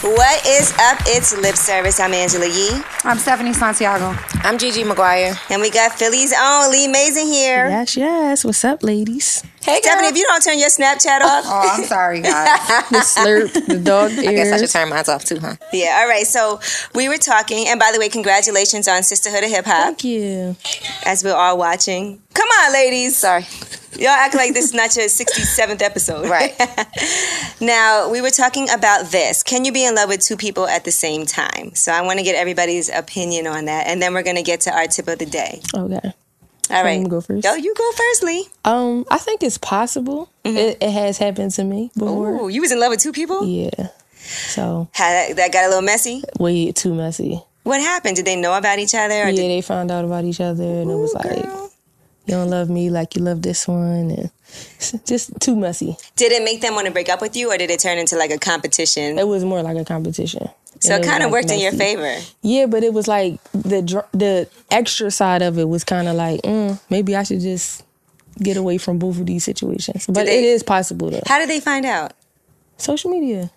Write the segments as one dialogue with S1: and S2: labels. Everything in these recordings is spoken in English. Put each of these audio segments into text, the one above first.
S1: What is up? It's Lip Service. I'm Angela Yee.
S2: I'm Stephanie Santiago.
S3: I'm Gigi McGuire.
S1: And we got Philly's own Lee Mason here.
S4: Yes, yes. What's up, ladies?
S3: Hey,
S1: Stephanie, if you don't turn your Snapchat off.
S2: Oh, I'm sorry, guys.
S4: The slurp, the dog ears.
S3: I guess I should turn mine off too, huh?
S1: Yeah, all right. So we were talking. And by the way, congratulations on Sisterhood of Hip Hop
S4: Thank you.
S1: as we're all watching. Come on, ladies.
S3: Sorry.
S1: Y'all act like this is not your 67th episode.
S3: Right.
S1: now, we were talking about this. Can you be in love with two people at the same time? So I want to get everybody's opinion on that. And then we're going to get to our tip of the day.
S4: Okay.
S1: All right.
S4: me to go first?
S1: Yo, you go first, Lee.
S4: Um, I think it's possible. It, it has happened to me before.
S1: Mm-hmm. Ooh, you was in love with two people?
S4: Yeah. So
S1: Had, that got a little messy.
S4: way too messy.
S1: What happened? Did they know about each other? Or
S4: Yeah,
S1: did,
S4: they found out about each other, and it was like,
S1: girl.
S4: you don't love me like you love this one, and it's just too messy.
S1: did it make them want to break up with you, or did it turn into like a competition?
S4: It was more like a competition.
S1: So it
S4: And was,
S1: kind of
S4: like,
S1: worked in your
S4: messy.
S1: favor.
S4: Yeah, but it was like the dr- the extra side of it was kind of like, mm, maybe I should just get away from both of these situations. But
S1: they-
S4: it is possible though.
S1: How did they find out?
S4: Social media.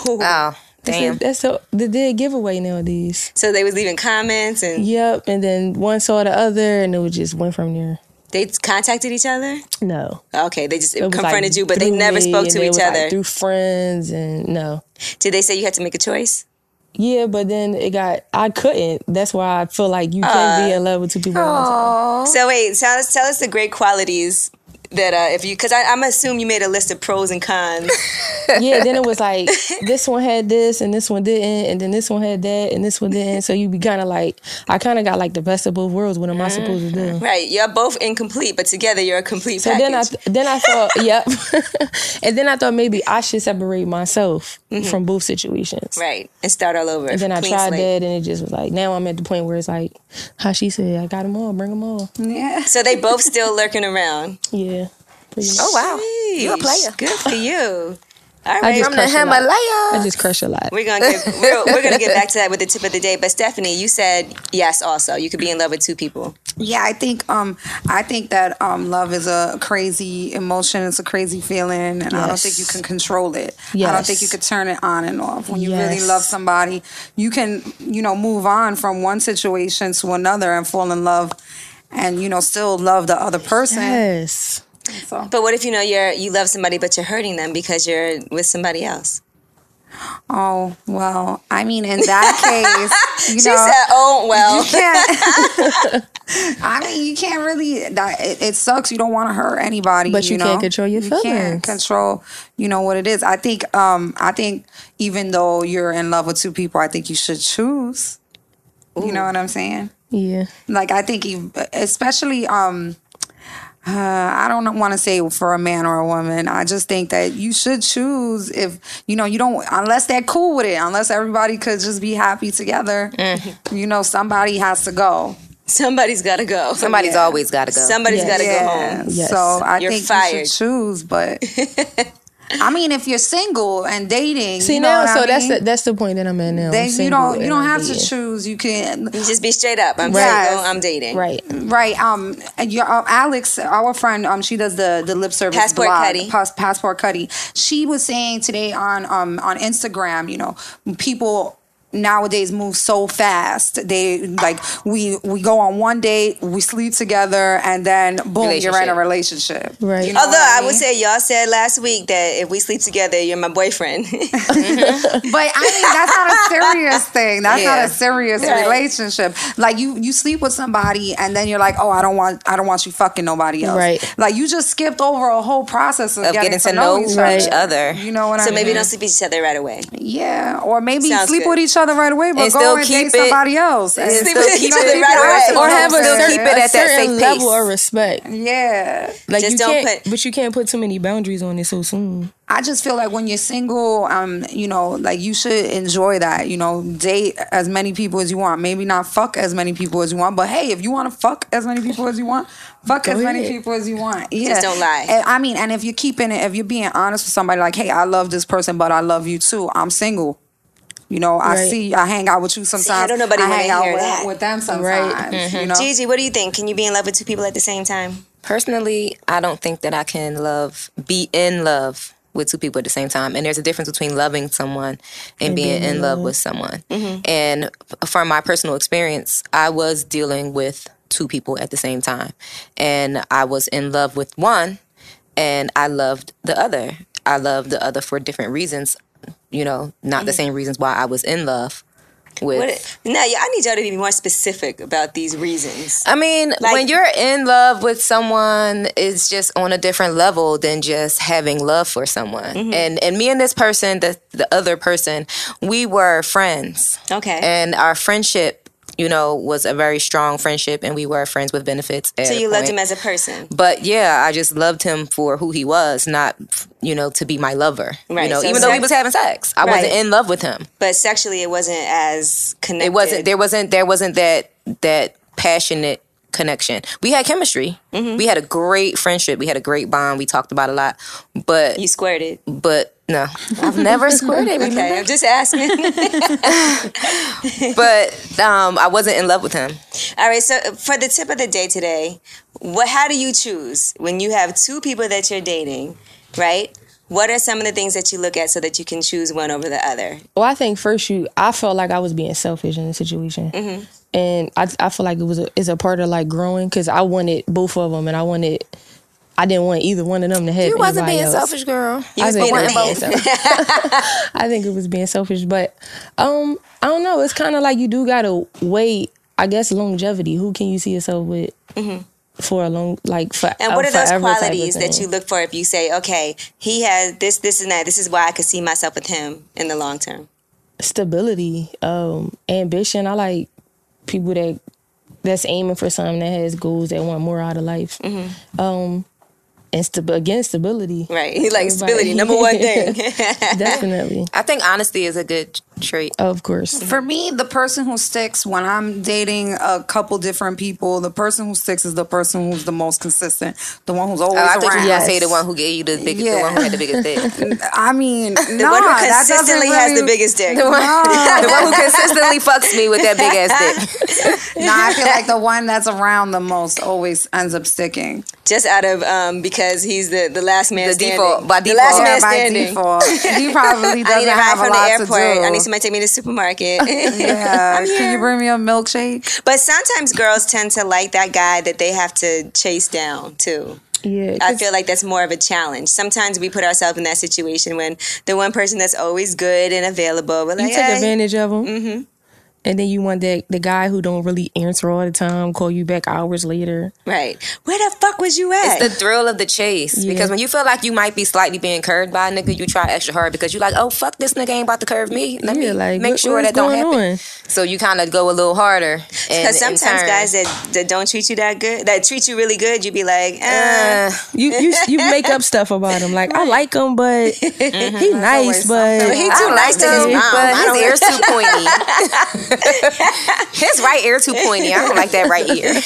S1: Ooh.
S3: Oh,
S4: That's
S3: damn.
S4: a- that's the the dead giveaway nowadays.
S1: So they was leaving comments, and
S4: Yep, and then one saw the other, and it was just went from there.
S1: they contacted each other.
S4: No,
S1: Okay, they just
S4: It was, like,
S1: confronted you, but they
S4: through
S1: never
S4: me,
S1: spoke
S4: and
S1: to
S4: it
S1: each
S4: was, like,
S1: other.
S4: through friends, and no.
S1: did they say you had to make a choice?
S4: Yeah, but then it got. I couldn't. That's why I feel like you can't be
S1: Uh,
S4: in love with two people. at one time.
S3: Oh.
S1: So wait, tell us, tell us the great qualities that uh, if you, because I'm assume you made a list of pros and cons.
S4: Yeah. Then it was like this one had this, and this one didn't, and then this one had that, and this one didn't. So you be kind of like, I kind of got like the best of both worlds. What am I supposed to do?
S1: right, you're both incomplete, but together you're a complete.
S4: So
S1: package.
S4: then I then I thought, yep. and then I thought maybe I should separate myself from both situations.
S1: Right, and start all over.
S4: And then I
S1: Clean
S4: tried
S1: slate.
S4: that, and it just was like now I'm at the point where it's like, how she said, I got them all, bring them all.
S2: Yeah.
S1: So they both still lurking around.
S4: Yeah, pretty much.
S3: Oh, wow. You a player.
S1: Sheesh, Good for you. All
S4: I
S1: right.
S4: just
S3: From the
S4: crush a lot. I
S3: Himalaya.
S4: just crush a lot.
S1: We're gonna get we're, we're gonna get back to that with the tip of the day. But Stephanie, you said yes. Also, you could be in love with two people.
S2: Yeah, I think um I think that um love is a crazy emotion, it's a crazy feeling, and I don't
S4: Yes.
S2: think you can control it. I don't
S4: Yes.
S2: think you could turn it on and off. When you really
S4: Yes.
S2: love somebody, you can, you know, move on from one situation to another and fall in love and you know still love the other person.
S4: Yes.
S2: So
S1: But what if you know you're you love somebody but you're hurting them because you're with somebody else?
S2: oh well, I mean in that case, you
S1: She
S2: know
S1: said, "Oh well."
S2: can't. I mean, you can't really. That, it, it sucks. You don't want to hurt anybody,
S4: But you
S2: know?
S4: can't control your
S2: You can't
S4: feelings.
S2: control. You know what it is. I think. Um, I think even though you're in love with two people, I think you should choose. You know what I'm saying?
S4: Yeah.
S2: Like I think, ev- especially. Um, uh, I don't want to say for a man or a woman. I just think that you should choose if you know you don't unless they're cool with it. Unless everybody could just be happy together.
S1: Mm-hmm.
S2: You know, somebody has to go.
S1: Somebody's gotta go.
S3: Somebody's always got to go.
S1: Somebody's
S4: Yes.
S1: gotta go
S2: Yeah.
S1: home.
S4: Yes.
S2: So I
S1: You're
S2: think you
S1: fired.
S2: should choose, but I mean, if you're single and dating,
S4: See
S2: you know
S4: now,
S2: what
S4: so
S2: I
S4: that's
S2: mean?
S4: the, that's the point that I'm at now. I'm
S2: Then you
S4: single
S2: don't you
S4: and
S2: don't
S4: I'm
S2: have to
S4: dating.
S2: choose. You can
S1: You just be straight up. I'm
S2: Right.
S1: single. I'm dating.
S4: Right.
S2: right. Um, and your um, Alex, our friend, um, she does the the lip service
S1: Passport
S2: blog,
S1: Cutty.
S2: Pas- passport Cuddy. She was saying today on um on Instagram, you know, people nowadays move so fast. They like we we go on one date, we sleep together, and then boom, you're in a
S3: Relationship.
S2: relationship.
S4: Right.
S2: know
S1: Although I,
S2: what
S1: would
S2: mean?
S1: say y'all said last week that if we sleep together, you're my boyfriend.
S2: But I mean, that's not a serious thing. That's not
S3: Yeah.
S2: a serious
S1: Right.
S2: relationship. Like you, you sleep with somebody, and then you're like, "Oh, I don't want, I don't want you fucking nobody else."
S4: Right.
S2: Like you just skipped over a whole process of,
S3: Of
S2: getting, to know, each,
S3: right.
S2: other.
S3: other.
S2: You know what I
S1: so
S2: mean?
S1: maybe don't sleep with each other right away.
S2: Yeah, or maybe
S1: Sounds
S2: sleep
S1: good.
S2: with each other right away, but
S3: And
S2: go
S3: still
S2: and
S3: keep
S2: date
S3: it-
S2: somebody else. And
S1: Sleep
S2: still,
S1: with
S2: you
S1: each
S2: know,
S1: other
S2: keep
S1: right
S2: your
S1: away.
S2: ass in
S4: Or
S2: the
S4: have a
S2: house.
S4: certain,
S3: keep it
S4: a
S3: at that
S4: certain
S3: safe
S4: level
S3: pace.
S4: of respect.
S2: Yeah.
S4: Like
S1: Just
S4: you
S1: don't
S4: can't,
S1: put-
S4: but you can't put too many boundaries on it so soon.
S2: I just feel like when you're single, um, you know, like you should enjoy that. You know, date as many people as you want. Maybe not fuck as many people as you want, but hey, if you want to fuck as many people as you want, fuck as many
S4: ahead.
S2: people as you want. Yeah,
S1: Just don't lie.
S2: And, I mean, and if you're keeping it, if you're being honest with somebody, like, hey, I love this person, but I love you too. I'm single. You know, I
S4: Right.
S2: see, I hang out with you sometimes.
S1: don't nobody
S2: I
S1: wanna
S2: hang out
S1: hear
S2: with,
S1: that. Mm-hmm.
S2: with them sometimes.
S4: Right.
S2: You know,
S1: Gigi, what do you think? Can you be in love with two people at the same time?
S3: Personally, I don't think that I can love, be in love with two people at the same time. And there's a difference between loving someone and, being in love Mm-hmm. with someone. And f- from my personal experience, I was dealing with two people at the same time. And I was in love with one and I loved the other. I loved the other for different reasons, you know, not the same reasons why I was in love with
S1: What, now, yeah, I need y'all to be more specific about these reasons.
S3: I mean,
S1: Like-
S3: when you're in love with someone, it's just on a different level than just having love for someone.
S1: Mm-hmm.
S3: And and me and this person, the the other person, we were friends.
S1: Okay.
S3: And our friendship, you know, was a very strong friendship and we were friends with benefits.
S1: so you loved him
S3: as.
S1: as a person.
S3: But yeah, I just loved him for who he was, not you know to be my lover.
S1: Right,
S3: You know,
S1: so
S3: even though we
S1: sex-
S3: was having sex, I
S1: Right.
S3: wasn't in love with him.
S1: But sexually, it wasn't as connected.
S3: It wasn't. There wasn't. There wasn't that that passionate connection. We had chemistry. We had a great friendship. We had a great bond. We talked about a lot. But
S1: You squirted.
S3: but no, I've never squirted. remember?
S1: Okay, I'm just asking.
S3: But um, I wasn't in love with him.
S1: All right, so for the tip of the day today, what how do you choose when you have two people that you're dating, right? What are some of the things that you look at so that you can choose one over the other?
S4: Well, I think first you, I felt like I was being selfish in the situation,
S1: Mm-hmm.
S4: and I, I feel like it was a, it's a part of like growing because I wanted both of them, and I wanted, I didn't want either one of them to have.
S3: You wasn't
S4: anybody
S3: being
S4: else.
S3: selfish, girl.
S1: You was
S4: I think
S1: being a
S4: it was
S1: man.
S4: being selfish. I think it was being selfish, but um, I don't know. It's kind of like you do gotta wait. I guess longevity. Who can you see yourself with for a long, like for
S1: Mm-hmm. And
S3: Oh,
S1: what are those qualities that you look for if you say, okay, he has this, this, and that. This is why I could see myself with him in the long term.
S4: stability, um, ambition. I like people that that's aiming for something that has goals that want more out of life.
S3: Mm-hmm.
S4: Um, and stab again, stability.
S1: Right. He likes stability,
S4: Everybody.
S1: number one thing.
S4: Definitely,
S3: I think honesty is a good trait.
S4: of course.
S2: For me, the person who sticks when I'm dating a couple different people, the person who sticks is the person who's the most consistent, the one who's always
S3: Oh, I
S2: around.
S3: think you were gonna
S4: Yes.
S3: say the one who gave you the biggest, the
S2: Yeah.
S3: one who had the biggest dick,
S2: I mean,
S1: The one who consistently has the biggest dick.
S3: the one, the one who consistently fucks me with that big ass dick.
S2: Nah, I feel like the one that's around the most always ends up sticking.
S1: Just out of um, because he's the, the last man
S3: The
S1: standing.
S3: default- by
S1: the last
S3: default.
S1: man
S2: Yeah, by
S1: standing.
S2: default, he probably
S1: I need
S2: doesn't
S1: a ride
S2: have a
S1: from the
S2: lot to
S1: airport.
S2: do.
S1: I need somebody to take me to the supermarket.
S2: yeah, can you bring me a milkshake?
S1: But sometimes girls tend to like that guy that they have to chase down too.
S4: Yeah,
S1: I
S4: 'cause-
S1: feel like that's more of a challenge. Sometimes we put ourselves in that situation when the one person that's always good and available, we're
S4: you
S1: like,
S4: take
S1: "Hey."
S4: advantage of them.
S3: mm-hmm.
S4: And then you want that the guy who don't really answer all the time, call you back hours later.
S1: right? Where the fuck was you at?
S3: It's the thrill of the chase because when you feel like you might be slightly being curved by a nigga, you try extra hard because you like, oh fuck, this nigga ain't about to curve me. Let me
S4: Yeah, like,
S3: make
S4: what-
S3: sure
S4: what
S3: that
S4: is
S3: don't
S4: going
S3: happen.
S4: on?
S3: So you kind of go a little harder.
S1: because sometimes guys that, that don't treat you that good, that treat you really good, you be like, uh,
S4: You you you make up stuff about him. Like I like him, but
S3: Mm-hmm.
S4: he nice, but
S1: He
S3: I
S1: too
S3: like
S1: nice to his
S3: him,
S1: mom. I
S3: but
S1: don't-
S3: his ear's too pointy. his right ear too pointy. I don't like that right ear.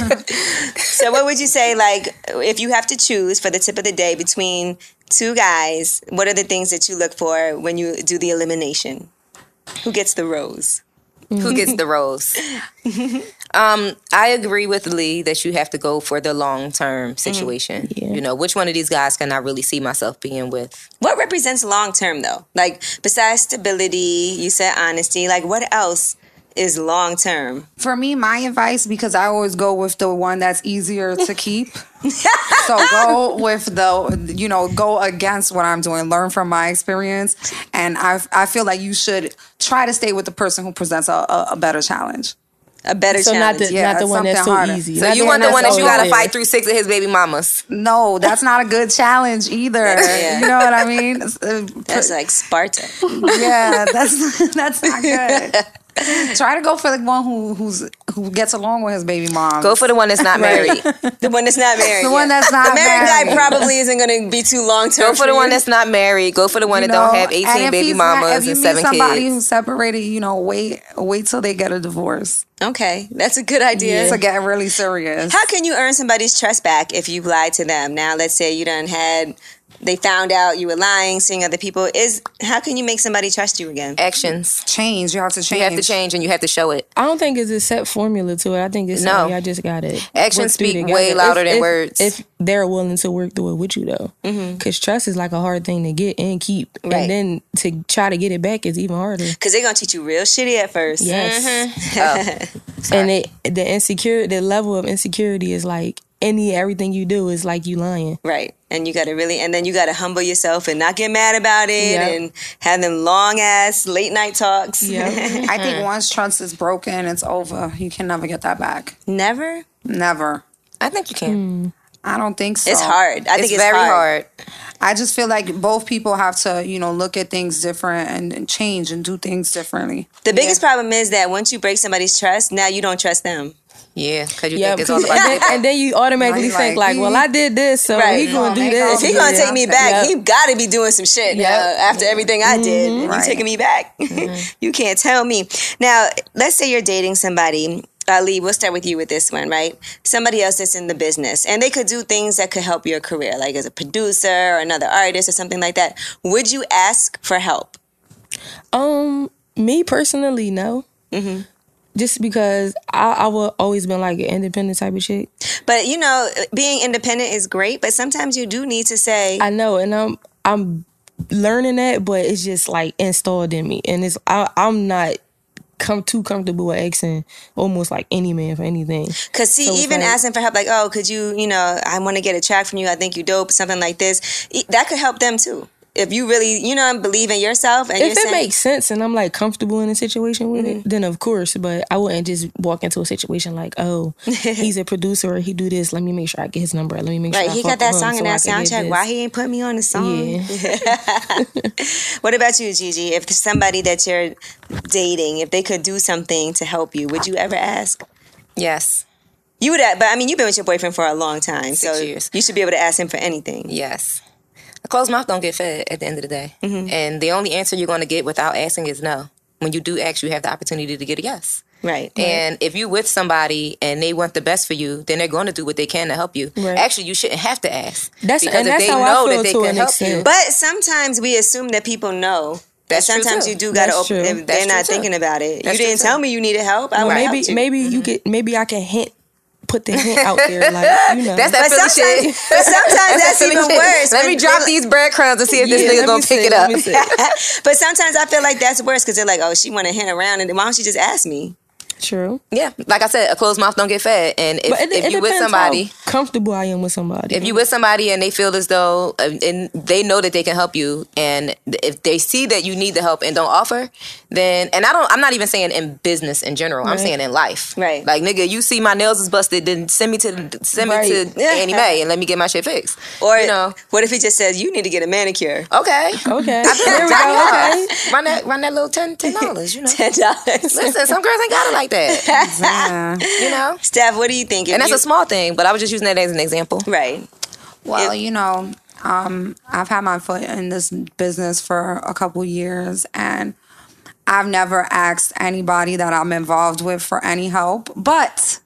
S1: so what would you say? Like, if you have to choose for the tip of the day between two guys, what are the things that you look for when you do the elimination? Who gets the rose?
S3: Who gets the rose? Um, I agree with Lee that you have to go for the long term situation.
S4: Mm. Yeah.
S3: You know, which one of these guys can I really see myself being with?
S1: What represents long term though? Like besides stability, you said honesty. Like what else is long term?
S2: For me, my advice because I always go with the one that's easier to keep. so go with the you know go against what I'm doing. Learn from my experience, and I I feel like you should try to stay with the person who presents a, a, a better challenge.
S1: A better
S4: so not
S1: challenge.
S4: the
S2: Yeah,
S4: not the one that's
S2: something
S4: so
S2: harder.
S4: easy.
S3: So
S4: Not
S3: you want the
S4: that's
S3: one that
S4: so
S3: you gotta
S4: easy.
S3: fight through six of his baby mamas.
S2: No, that's not a good challenge either.
S1: Yeah.
S2: You know what I mean? It's, uh,
S1: That's like Sparta.
S2: yeah, that's that's not good. Try to go for the one who who's who gets along with his baby mom.
S3: Go for the one that's not married.
S1: the one that's not married.
S2: The one
S1: yet.
S2: that's not
S1: the married guy
S2: married.
S1: probably isn't going to be too long term.
S3: Go for the one that's not married. Go for the one
S2: you
S3: that
S2: know?
S3: don't have
S2: And
S3: eighteen
S2: if
S3: baby
S2: he's not-
S3: mamas
S2: if you
S3: and
S2: meet
S3: seven
S2: somebody
S3: kids.
S2: who's separated, you know, wait wait till they get a divorce
S1: okay. That's a good idea.
S2: to get really serious.
S1: How can you earn somebody's trust back if you lied to them? Now, let's say you done had they found out you were lying, seeing other people. Is how can you make somebody trust you again?
S3: Actions.
S2: Change. You have to change.
S3: You have to change and you have to show it.
S4: I don't think it's a set formula to it. I think it's
S3: No.
S4: no. y'all just got it.
S3: Actions speak way louder than words.
S4: If they're willing to work through it with you, though, because trust is like a hard thing to get and keep,
S1: Right.
S4: and then to try to get it back is even harder.
S1: Because they're gonna teach you real shitty at first.
S4: Yes, and
S3: Oh. Sorry.
S4: it, the insecure, the level of insecurity is like any everything you do is like you lying.
S1: Right. And you gotta really and then you gotta humble yourself and not get mad about it
S4: Yep.
S1: and have them long ass late night talks.
S4: Yeah,
S2: I think
S3: Mm-hmm.
S2: once trust is broken, it's over. You can never get that back.
S1: Never.
S2: Never.
S3: I think you can.
S2: I don't think so.
S1: It's hard. I think
S3: Hmm. it's,
S1: it's
S3: very hard.
S2: I just feel like both people have to, you know, look at things different and, and change and do things differently.
S1: The biggest problem is that once you break somebody's trust, now you don't trust them.
S3: Yeah, because you
S4: yeah.
S3: think it's all
S4: because-
S3: about
S4: and, then, and then you automatically
S2: Now you
S4: think
S2: like,
S4: like, well,
S3: "Hmm."
S4: I did this, so
S1: Right.
S4: he gonna
S2: Oh,
S4: do
S2: they
S4: this.
S1: If he
S2: Yeah.
S1: gonna take me back,
S4: Yep.
S1: he gotta be doing some shit
S4: Yep. Mm-hmm.
S1: uh, after everything I did. You
S2: Right.
S1: taking me back? you can't tell me. Now, let's say you're dating somebody. Ali, we'll start with you with this one, right? Somebody else that's in the business, and they could do things that could help your career, like as a producer or another artist or something like that. Would you ask for help?
S4: Um, me personally, no.
S1: Mm-hmm.
S4: Just because I, I will always been like an independent type of chick.
S1: But you know, being independent is great, but sometimes you do need to say,
S4: I know, and I'm I'm learning that, but it's just like installed in me, and it's I, I'm not come too comfortable with asking almost like any man for anything.
S1: Cause see,
S4: So it's
S1: even
S4: like-
S1: asking for help, like, oh, could you, you know, I want to get a track from you. I think you dope, something like this. E- That could help them too. If you really, you know, believe in yourself and
S4: If
S1: you're
S4: it
S1: saying,
S4: makes sense and I'm like comfortable in a situation with
S1: Mm-hmm.
S4: it, then of course. But I wouldn't just walk into a situation like, oh, he's a producer or he do this. Let me make sure I get his number. Let me make
S1: right,
S4: sure I
S1: he
S4: fuck
S1: got that
S4: with him
S1: song in that
S4: so I can get
S1: soundtrack.
S4: this."
S1: Why he ain't put me on the song? What about you, Gigi? If somebody that you're dating, if they could do something to help you, would you ever ask?
S3: Yes.
S1: You would, a- but I mean, you've been with your boyfriend for a long time,
S3: Six
S1: so
S3: years.
S1: you should be able to ask him for anything.
S3: Yes. A closed mouth don't get fed at the end of the day. And the only answer you're going to get without asking is no. When you do ask, you have the opportunity to get a yes.
S1: Right.
S3: And if you with somebody and they want the best for you, then they're going to do what they can to help you.
S4: Right.
S3: Actually, you shouldn't have to ask.
S4: That's- and that's how I feel to an extent.
S1: But sometimes we assume that people know. That
S3: That's true,
S1: sometimes
S3: too.
S1: you do gotta
S4: That's
S1: open.
S4: true.
S1: If
S3: That's
S1: they're
S3: true,
S1: not
S3: too.
S1: thinking about it,
S3: That's
S1: you
S3: true,
S1: didn't
S3: too.
S1: tell me you needed help. I would
S4: Well,
S1: maybe,
S4: maybe maybe
S3: Mm-hmm.
S4: you could maybe I can hint, put the hint out there, like you know.
S3: That's that
S1: But
S3: Philly
S1: sometimes,
S3: shit.
S1: but sometimes
S3: that
S1: that's
S3: Philly
S1: even
S3: shit.
S1: worse.
S3: Let
S1: when
S3: me drop
S1: they-
S3: these breadcrumbs and see if this
S4: Yeah,
S3: nigga
S4: let
S3: gonna
S4: me
S3: pick
S4: see,
S3: it
S4: let
S3: up.
S4: me see.
S1: But sometimes I feel like that's worse because they're like, "Oh, she want to hint around, and why don't she just ask me?"
S4: True.
S3: Yeah, like I said, a closed mouth don't get fed. And if,
S4: But it,
S3: if
S4: it
S3: you with
S4: depends
S3: somebody,
S4: how comfortable I am with somebody.
S3: if you with somebody and they feel as though uh, and they know that they can help you and th- if they see that you need the help and don't offer then and i don't i'm not even saying in business in general i'm
S4: Right.
S3: saying in life
S1: Right.
S3: like nigga you see my nails is busted then send me to send me
S4: Right.
S3: to annie mae and let me get my shit fixed
S1: Or
S3: you know
S1: what if he just says, "You need to get a manicure"?
S3: okay
S4: okay,
S3: There
S4: there we go. Okay.
S3: Run that, run that little ten, ten dollars. You know,
S1: Ten dollars.
S3: listen, some girls ain't got it like that.
S2: Yeah.
S3: You know,
S1: Steph, what do you think? If
S3: and that's
S1: you-
S3: a small thing, but I was just using that as an example.
S1: right.
S2: Well,
S1: If-
S2: you know, um, I've had my foot in this business for a couple years and I've never asked anybody that I'm involved with for any help, but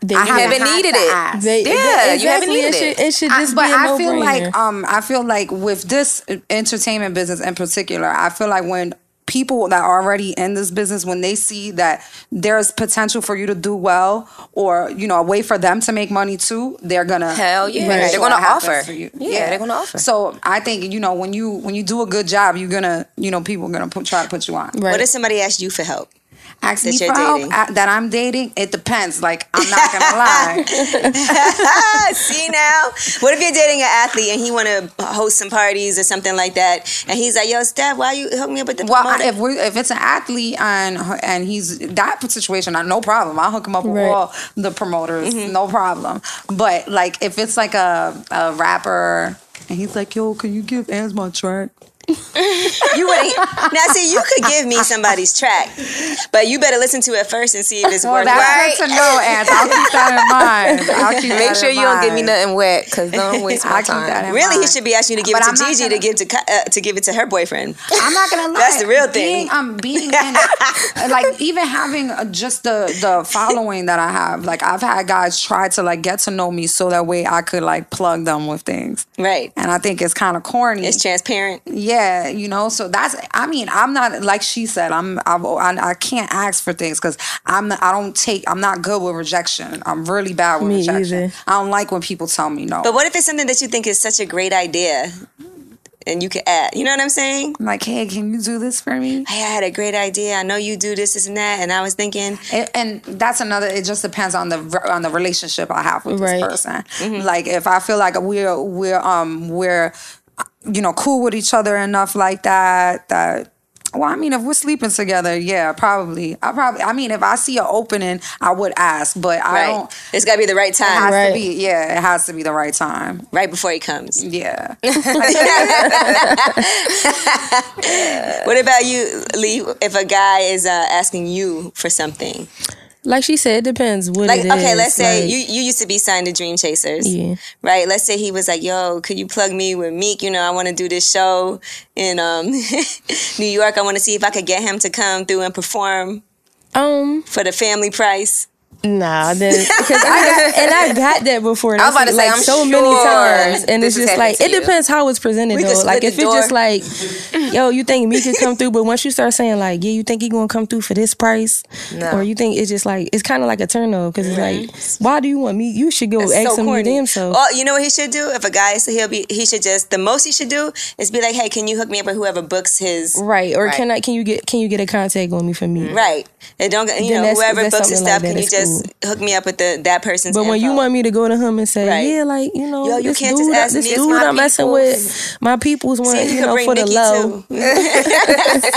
S4: They,
S2: I haven't
S3: haven't
S2: had
S3: needed
S2: to
S3: it.
S2: ask.
S4: they-
S3: Yeah, you haven't
S4: exactly.
S3: needed it.
S4: it. Should, it should
S2: I-
S4: just
S2: but
S4: be a
S2: I feel
S4: no-brainer.
S2: like um, I feel like with this entertainment business in particular, I feel like when people that are already in this business when they see that there's potential for you to do well or you know a way for them to make money too they're gonna
S3: Hell yeah.
S2: make
S3: They're
S2: sure
S3: gonna
S2: it happens
S3: offer.
S2: for you.
S3: Yeah, they're gonna offer.
S2: so i think you know when you when you do a good job you're gonna you know people are gonna put, try to put you on
S4: Right.
S1: What if somebody asks you for help?
S2: ask
S1: That
S2: me for
S1: you're
S2: help
S1: dating.
S2: I, that i'm dating it depends like i'm not gonna lie
S1: See now, what if you're dating an athlete and he want to host some parties or something like that, and he's like, "Yo, Steph, why you hook me up with the
S2: Well,
S1: promoter?"
S2: I- if we if it's an athlete and and he's that situation, I no problem. I'll hook him up with
S4: Right.
S2: all the promoters,
S3: Mm-hmm.
S2: no problem. But like if it's like a a rapper and he's like, "Yo, can you give Ans my track?"
S1: You wouldn't. Now, see, you could give me somebody's track, but you better listen to it first and see if it's
S2: Well,
S1: worthwhile.
S2: that's good to know, Ange. I'll keep that in mind. I'll keep
S3: Make
S2: that
S3: sure
S2: in
S3: you don't give me
S2: mind.
S3: nothing wet, cause don't waste my
S2: I'll keep
S3: time.
S2: that in
S1: Really, he
S2: mind.
S1: should be asking you to give
S2: But
S1: it to
S2: I'm
S1: Gigi
S2: not
S1: to
S2: gonna-
S1: give to cu- uh, to give it to her boyfriend.
S2: I'm not gonna lie.
S1: That's the real thing.
S2: Being, um, being in, like even having uh, just the the following that I have, like I've had guys try to like get to know me so that way I could like plug them with things,
S1: Right.
S2: and I think it's kind of corny.
S1: It's transparent.
S2: yeah, you know. So that's. I mean, I'm not like she said. I'm. I've, I, I can't ask for things because I'm. not- I don't take. I'm not good with rejection. I'm really bad with
S4: Me
S2: rejection.
S4: either.
S2: I don't like when people tell me no.
S1: But what if it's something that you think is such a great idea, and you could add? You know what I'm saying?
S2: I'm like, hey, can you do this for me?
S1: Hey, I had a great idea. I know you do this, this, and that, and I was thinking,
S2: and, and that's another it just depends on the on the relationship i have with
S4: Right.
S2: this person like if i feel like we're we're um we're you know cool with each other enough like that that well, I mean, if we're sleeping together, yeah, probably. I probably, I mean, if I see an opening, I would ask, but I
S1: right,
S2: don't.
S1: it's got to be the right
S2: It
S1: time,
S2: has
S1: right,
S2: to
S4: Right.
S2: be, yeah, it has to be the right time.
S1: before he comes.
S2: Yeah.
S1: What about you, Lee? If a guy is uh, asking you for something,
S4: Like she said, it depends what
S1: like
S4: it
S1: okay,
S4: is,
S1: let's say
S4: like-
S1: you you used to be signed to Dream Chasers,
S4: Yeah.
S1: right? Let's say he was like, "Yo, could you plug me with Meek? You know, I want to do this show in um, New York. I want to see if I could get him to come through and perform
S4: Um,
S1: for the family price."
S4: nah, then because I got and I got that before. and
S3: I was about to say,
S4: like
S3: I'm
S4: so
S3: sure
S4: many times, and
S3: this has
S4: it's just
S3: happened
S4: like
S3: to
S4: it
S3: you.
S4: depends how it's presented
S1: We could
S4: though. Like
S1: split
S4: if
S1: the
S4: it's just
S1: door.
S4: like, yo, you think me could come through, but once you start saying like, yeah, you think he gonna come through for this price,
S3: No.
S4: or you think it's just like it's kind of like a turn off because it's like, why do you want me? You should go
S1: so
S4: ask him
S1: corny. Oh,
S4: you damn self.
S1: Well, you know what he should do? If a guy, so he'll be, he should just the most he should do is be like, "Hey, can you hook me up with whoever books his
S4: Right or
S3: Right.
S4: can I? Can you get? Can you get a contact on me for me?
S1: right?" And don't you
S4: Then
S1: know
S4: that's-
S1: whoever
S4: that's
S1: books his
S4: something
S1: stuff, can
S4: like that
S1: you
S4: at
S1: just hook me up with the that person's?
S4: But when you
S1: info?"
S4: want me to go to him and say,
S1: Right.
S4: yeah, like you know,
S1: Yo, you
S4: this
S1: can't just
S4: dude,
S1: ask
S4: this
S1: me, it's
S4: dude
S1: my
S4: I'm messing
S1: people.
S4: with, my people's want
S1: See if you
S4: you
S1: can
S4: know
S1: bring
S4: for the
S1: Nikki
S4: low.
S1: too.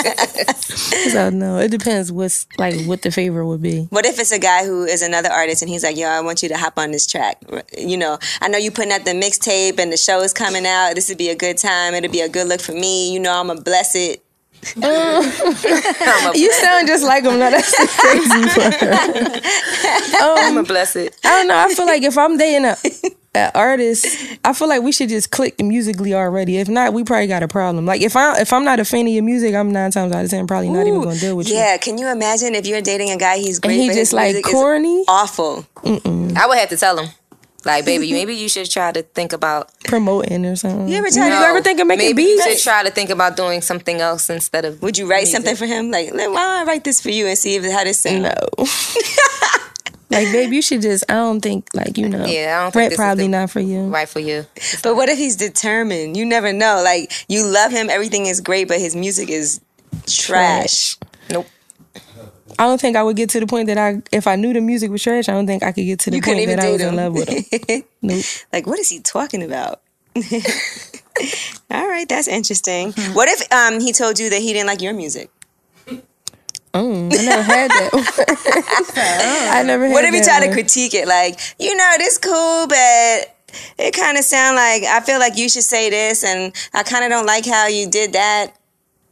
S4: So no, it depends what's like what the favor would be.
S1: What if it's a guy who is another artist and he's like, "Yo, I want you to hop on this track. You know, I know you putting out the mixtape and the show is coming out. This would be a good time. It'd be a good look for me. You know, I'm a bless it."
S3: I'm a,
S4: You sound just like him. No, that's the crazy part.
S3: I'm
S4: um,
S3: a blessed.
S4: I don't know. I feel like if I'm dating a, a artist, I feel like we should just click musically already. If not, we probably got a problem. Like if I if I'm not a fan of your music, I'm nine times out of ten probably not even
S1: Ooh,
S4: going to deal with you.
S1: yeah, can you imagine if you're dating a guy he's
S4: And
S1: great
S4: he
S1: but his
S4: just like
S1: music is
S4: corny.
S1: awful?
S3: I would have to tell him, like, baby, you maybe you should try to think about.
S4: promoting or something.
S1: You ever tried
S4: You
S1: to-
S4: ever think of making
S3: maybe
S4: beats?
S3: you should try to think about doing something else instead of.
S1: Would you write
S3: music.
S1: something for him? Like, "Look, why don't I write this for you and see if how this sounds?
S4: No.
S3: Mm.
S4: like, babe, you should just. I don't think like you know.
S3: Yeah, I don't think
S4: Rap
S3: this is
S4: probably
S3: the-
S4: not for you.
S3: Right for you.
S1: But what if he's determined? You never know. Like, you love him, everything is great, but his music is trash.
S3: Nope.
S4: I don't think I would get to the point that I, if I knew the music was trash, I don't think I could get to the
S1: You couldn't
S4: point
S1: even
S4: that
S1: date
S4: I was in
S1: him.
S4: love with him. Nope.
S1: Like, what is he talking about? All right, that's interesting.
S3: Mm-hmm.
S1: What if um, he told you that he didn't like your music?
S4: Mm, I never had that. I never. Had
S1: What if he
S4: that
S1: tried to
S4: one.
S1: critique it? Like, you know, this cool, but it kind of sound like I feel like you should say this, and I kind of don't like how you did that.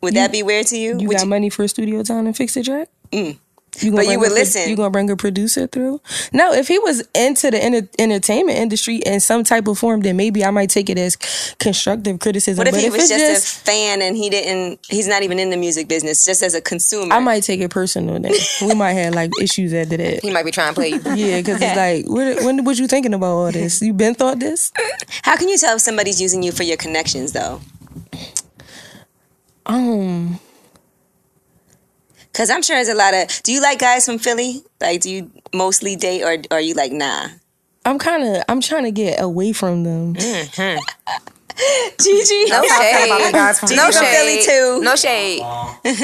S1: Would that be weird to you?
S4: You
S1: Would
S4: got
S1: you- Mm.
S4: money for studio time and fix the track? You gonna
S1: But you
S4: bring
S1: would
S4: a pro-
S1: listen.
S4: You gonna bring a producer through? No, if he was into the enter- entertainment industry in some type of form, then maybe I might take it as constructive criticism.
S1: what if
S4: but
S1: he
S4: if
S1: was
S4: it's
S1: just,
S4: just
S1: a fan and he didn't? He's not even in the music business, just as a consumer.
S4: I might take it personal then. we might have like issues after that.
S3: He might be trying to play you.
S4: Yeah, because it's like, when, when was you thinking about all this? You been thought this?
S1: How can you tell if somebody's using you for your connections, though?
S4: Um,
S1: Because I'm sure there's a lot of. Do you like guys from Philly? Like, do you mostly date, or, or are you like, nah?
S4: I'm kind of, I'm trying to get away from them.
S3: Mm.
S1: Gigi,
S3: No shade.
S2: about the guys from
S3: no
S1: Philly. Philly
S3: shade.
S1: too.
S3: No shade.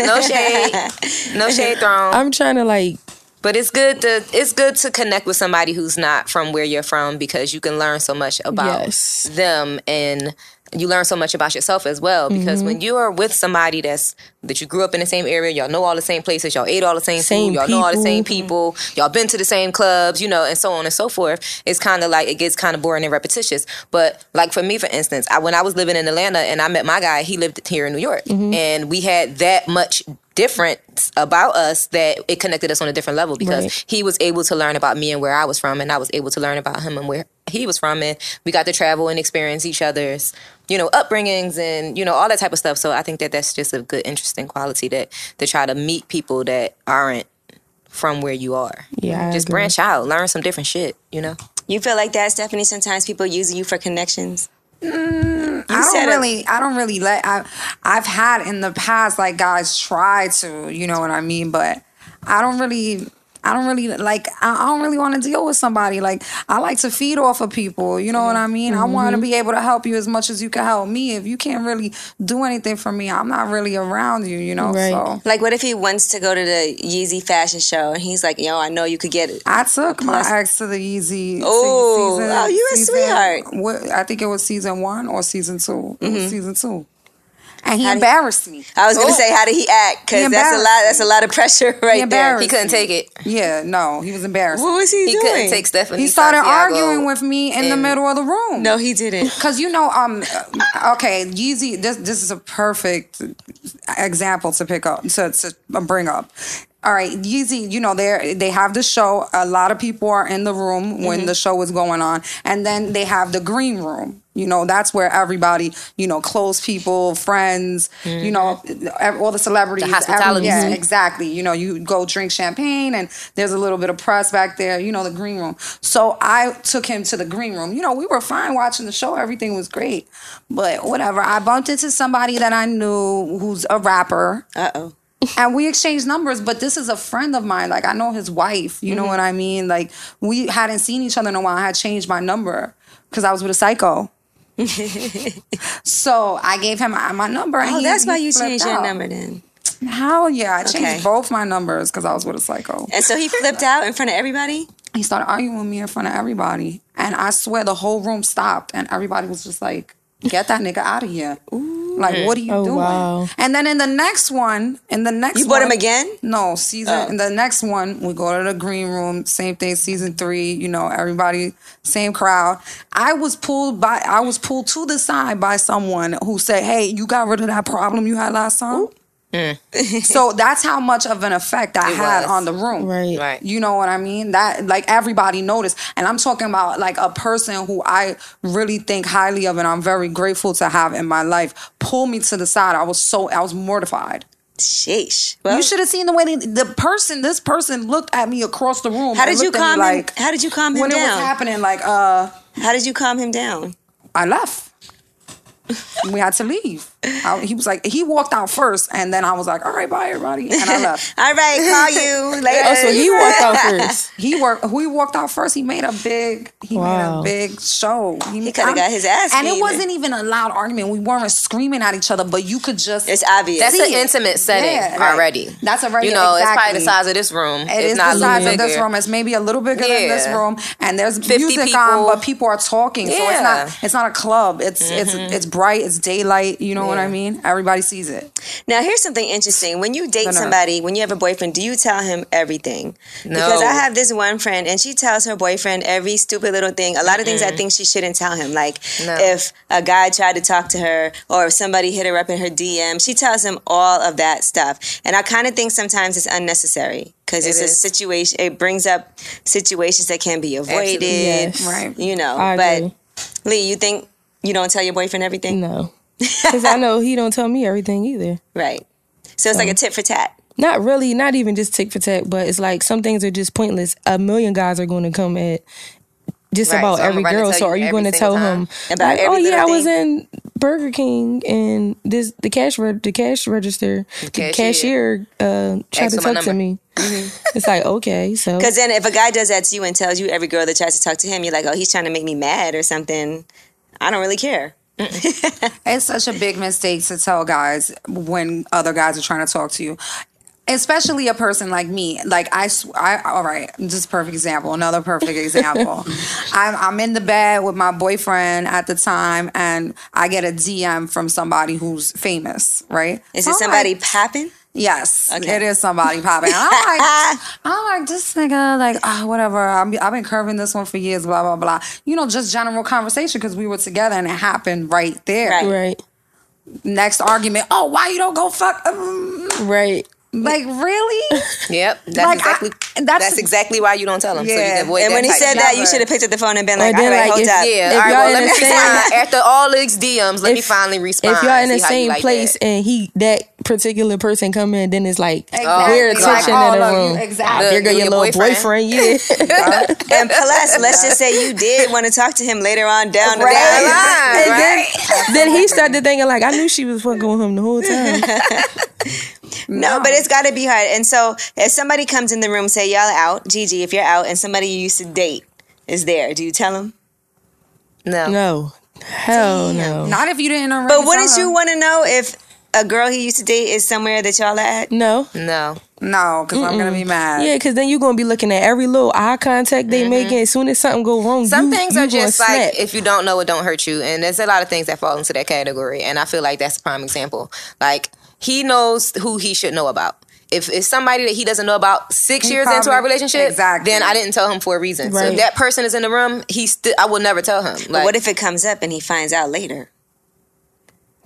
S3: No shade. No shade thrown.
S4: I'm trying to like,
S3: But it's good to it's good to connect with somebody who's not from where you're from because you can learn so much about
S4: Yes.
S3: them and you learn so much about yourself as well
S4: Mm-hmm.
S3: because when you are with somebody that's that you grew up in the same area, y'all know all the same places, y'all ate all the same,
S4: Same
S3: food, y'all know all the
S4: people.
S3: same people, y'all been to the same clubs, you know, and so on and so forth. It's kind of like it gets kind of boring and repetitious. But like for me, for instance, I, when I was living in Atlanta and I met my guy, he lived here in New York, and we had that much difference about us that it connected us on a different level because
S4: Right.
S3: he was able to learn about me and where I was from, and I was able to learn about him and where he was from, and we got to travel and experience each other's, you know, upbringings and you know all that type of stuff. So I think that that's just a good, interesting quality that to try to meet people that aren't from where you are.
S4: Yeah, I
S3: just
S4: agree.
S3: branch out, learn some different shit. You know,
S1: You feel like that, Stephanie? Sometimes people using you for connections.
S2: I
S1: said
S2: don't
S1: it.
S2: really, I don't really let. I, I've had in the past, like guys try to, you know what I mean, but I don't really. I don't really like. I I don't really want to deal with somebody. Like I like to feed off of people. You know what I mean. I want
S1: Mm-hmm.
S2: to be able to help you as much as you can help me. If you can't really do anything for me, I'm not really around you. You know.
S4: Right.
S2: So
S1: Like, what if he wants to go to the Yeezy fashion show and he's like, "Yo, I know you could get it."
S2: I took my ex to the Yeezy.
S1: Oh, oh, you a sweetheart. Mm-hmm.
S2: What, I think it was season one or season 2 It was season two, and he
S1: How do you-
S2: embarrassed me.
S1: I was gonna
S2: Oh.
S1: say, how did he act?
S2: He
S1: Because that's a lot. That's a lot of pressure right there.
S2: embarrassed.
S3: he couldn't take it.
S2: Yeah, no, he was embarrassed.
S1: What was he,
S3: He
S1: doing?
S3: couldn't take Stephanie.
S2: He started
S3: Santiago.
S2: arguing with me in the
S3: and-
S2: middle of the room.
S1: No, he didn't.
S2: Cause you know, um, okay, Yeezy. This this is a perfect example to pick up to to bring up. All right, Yeezy. You know, they they have the show. A lot of people are in the room
S3: Mm-hmm.
S2: when the show is going on, and then they have the green room. You know, that's where everybody, you know, close people, friends, you know, ev- all the celebrities. every-
S3: Mm-hmm. hospitality
S2: yeah,
S3: suite.
S2: exactly. You know, you go drink champagne and there's a little bit of press back there, you know, the green room. So I took him to the green room. You know, we were fine watching the show, everything was great. But whatever. I bumped into somebody that I knew who's a rapper
S1: Uh oh.
S2: and we exchanged numbers but this is a friend of mine like i know his wife you know
S1: Mm-hmm.
S2: what i mean like we hadn't seen each other in a while i had changed my number because i was with a psycho so i gave him my my number and
S1: Oh,
S2: he-
S1: that's why
S2: he
S1: you
S2: flipped
S1: changed your
S2: out.
S1: number then.
S2: hell yeah i changed
S1: Okay.
S2: both my numbers because i was with a psycho
S1: And so he flipped out in front of everybody.
S2: he started arguing with me in front of everybody and i swear the whole room stopped and everybody was just like get that nigga out of here like what are you
S4: Oh,
S2: doing
S4: wow.
S2: and then in the next one in the next
S1: You bought him
S2: one-
S1: again.
S2: No, season
S1: Oh.
S2: the next one, we go to the green room, same thing, season three, you know, everybody, same crowd. I was pulled by I was pulled to the side by someone who said, Hey, you got rid of that problem you had last time. so that's how much of an effect I
S3: Mm. It
S2: had
S3: was.
S2: on the room.
S4: Right.
S3: Right.
S2: You know what I mean? That like everybody noticed. And I'm talking about like a person who I really think highly of and I'm very grateful to have in my life pull me to the side. I was so I was mortified.
S1: Sheesh. Well,
S2: You should have seen the way they, the person, this person looked at me across the room.
S1: How
S2: and
S1: did you
S2: looked at me
S1: calm him?
S2: like,
S1: how did you calm him
S2: when it was
S1: down?
S2: happening, like, uh,
S1: How did you calm him down?
S2: I left. we had to leave. I- he was like, he walked out first, and then I was like, all right, bye, everybody. And I left.
S1: All right, call you later.
S4: Oh, so he walked out first.
S2: He worked. Who he walked out first? He made a big. He
S4: Wow.
S2: made a big show.
S1: He coulda
S2: I'm-
S1: got his ass
S2: And
S1: beat.
S2: it wasn't even a loud argument. We weren't screaming at each other, but you could just.
S1: It's obvious.
S3: That's
S2: See
S3: an
S2: it.
S3: intimate setting
S2: Yeah, right.
S3: already.
S2: That's already-
S3: You know, it's probably
S2: exactly.
S3: the size of this room.
S2: It
S3: it's
S2: is
S3: not
S2: the
S3: a
S2: size
S3: little
S2: of this
S3: bigger.
S2: room. It's maybe a little bigger than this
S3: Yeah.
S2: room, and there's
S3: 50
S2: music
S3: people.
S2: on, but people are talking, so it's
S3: Yeah. Mm-hmm.
S2: not it's not a club. It's it's it's bright. It's daylight. You know what I mean? Everybody sees it.
S1: Now, here's something interesting. When you date
S2: No, no.
S1: somebody, when you have a boyfriend, do you tell him everything? Because
S3: No.
S1: I have this one friend, and she tells her boyfriend every stupid little thing. A lot of things I think she shouldn't tell him. Like
S3: No.
S1: if a guy tried to talk to her, or if somebody hit her up in her DM, she tells him all of that stuff. And I kind of think sometimes it's unnecessary because
S3: It
S1: it's
S3: is.
S1: a situation. It brings up situations that can be avoided.
S3: Absolutely.
S4: Yes.
S2: Right.
S1: You know.
S4: I
S1: but
S4: agree. Mm.
S1: Lee, you think you don't tell your boyfriend everything,
S4: No. Because I know he don't tell me everything either.
S1: right? So it's like a tit for tat.
S4: not really, not even just tick for tack, but it's like some things are just pointless. A million guys are going to come at just
S3: Right,
S4: about
S3: so I'm
S4: every
S3: about to
S4: girl.
S3: tell
S4: So
S3: you
S4: are you
S3: every
S4: going to
S3: single
S4: tell
S3: time
S4: him
S1: about
S4: like,
S1: every
S4: oh yeah, I
S1: little
S4: was in Burger King and this the cash re- the cash register the
S3: cashier.
S4: cashier, uh, tried
S3: Asked
S4: to
S3: for my
S4: talk to
S3: number. Mm-hmm.
S4: me. it's like okay, so
S1: Because then, if a guy does that to you and tells you every girl that tries to talk to him, you're like, oh, he's trying to make me mad or something. I don't really care.
S2: It's such a big mistake to tell guys when other guys are trying to talk to you. especially a person like me like i sw- i all right just perfect example another perfect example I'm, I'm in the bed with my boyfriend at the time and i get a dm from somebody who's famous right
S1: Is
S2: So
S1: it
S2: I'm
S1: somebody
S2: like,
S1: popping?
S2: Yes,
S1: Okay.
S2: it is somebody popping. I'm like, I'm like this nigga, like ah, whatever. I'm, I've been curving this one for years, blah blah blah. You know, just general conversation because we were together and it happened right there.
S1: Right.
S4: Right.
S2: Next argument, oh, why you don't go fuck? Um,
S4: Right.
S2: like really?
S3: Yep, that's
S2: Like, I-
S3: exactly
S2: and
S3: that's,
S2: that's-
S3: exactly why you don't tell them. So you
S2: Yeah.
S3: can avoid
S1: And
S3: that
S1: when he
S3: type
S1: said
S3: of-
S1: that,
S2: Yeah,
S1: you
S2: but-
S1: should have picked up the phone and been like,
S4: Or then,
S1: all right, hold
S4: like,
S1: up.
S4: if-
S3: yeah,
S4: If
S3: all right.
S4: y'all
S3: Well, let
S4: in the
S3: me
S4: same-
S3: find- after all these DMs, let me finally respond.
S4: If y'all
S3: and
S4: in the
S3: see how you
S4: same
S3: like
S4: place
S3: that.
S4: and he that particular person come in, then it's like
S2: Exactly.
S4: weird
S2: Like,
S4: attention
S2: all
S4: in the
S2: of you,
S4: room.
S2: exactly.
S4: There go
S3: You
S4: your
S3: and
S4: little
S3: your boyfriend.
S4: boyfriend. Yeah.
S1: And plus, let's just say you did want to talk to him later on down the
S3: Right.
S1: line.
S3: Right.
S4: And then-
S3: right.
S4: then he started thinking like I knew she was fucking with him the whole time.
S1: No, but it's got to be hard. And so, if somebody comes in the room, say y'all out, Gigi, if you're out, and somebody you used to date is there, do you tell them?
S3: No.
S4: No, hell no.
S2: Not if you didn't. already
S1: But wouldn't
S2: tell
S1: you
S2: him.
S1: want to know if a girl he used to date is somewhere that y'all are at?
S4: No.
S3: No.
S2: No, because I'm gonna be mad.
S4: Yeah, because then you're gonna be looking at every little eye contact they making. As soon as something go wrong,
S3: Mm-hmm. Some
S4: you-
S3: things
S4: you
S3: are
S4: gonna
S3: just
S4: snap.
S3: like if you don't know it don't hurt you. And there's a lot of things that fall into that category. And I feel like that's a prime example. Like he knows who he should know about. If it's somebody that he doesn't know about six
S2: He
S3: years into our
S2: probably-
S3: relationship,
S2: Exactly.
S3: then I didn't tell him for a reason. So if
S4: Right.
S3: that person is in the room, he still I will never tell him.
S1: But
S3: Like,
S1: what if it comes up and he finds out later?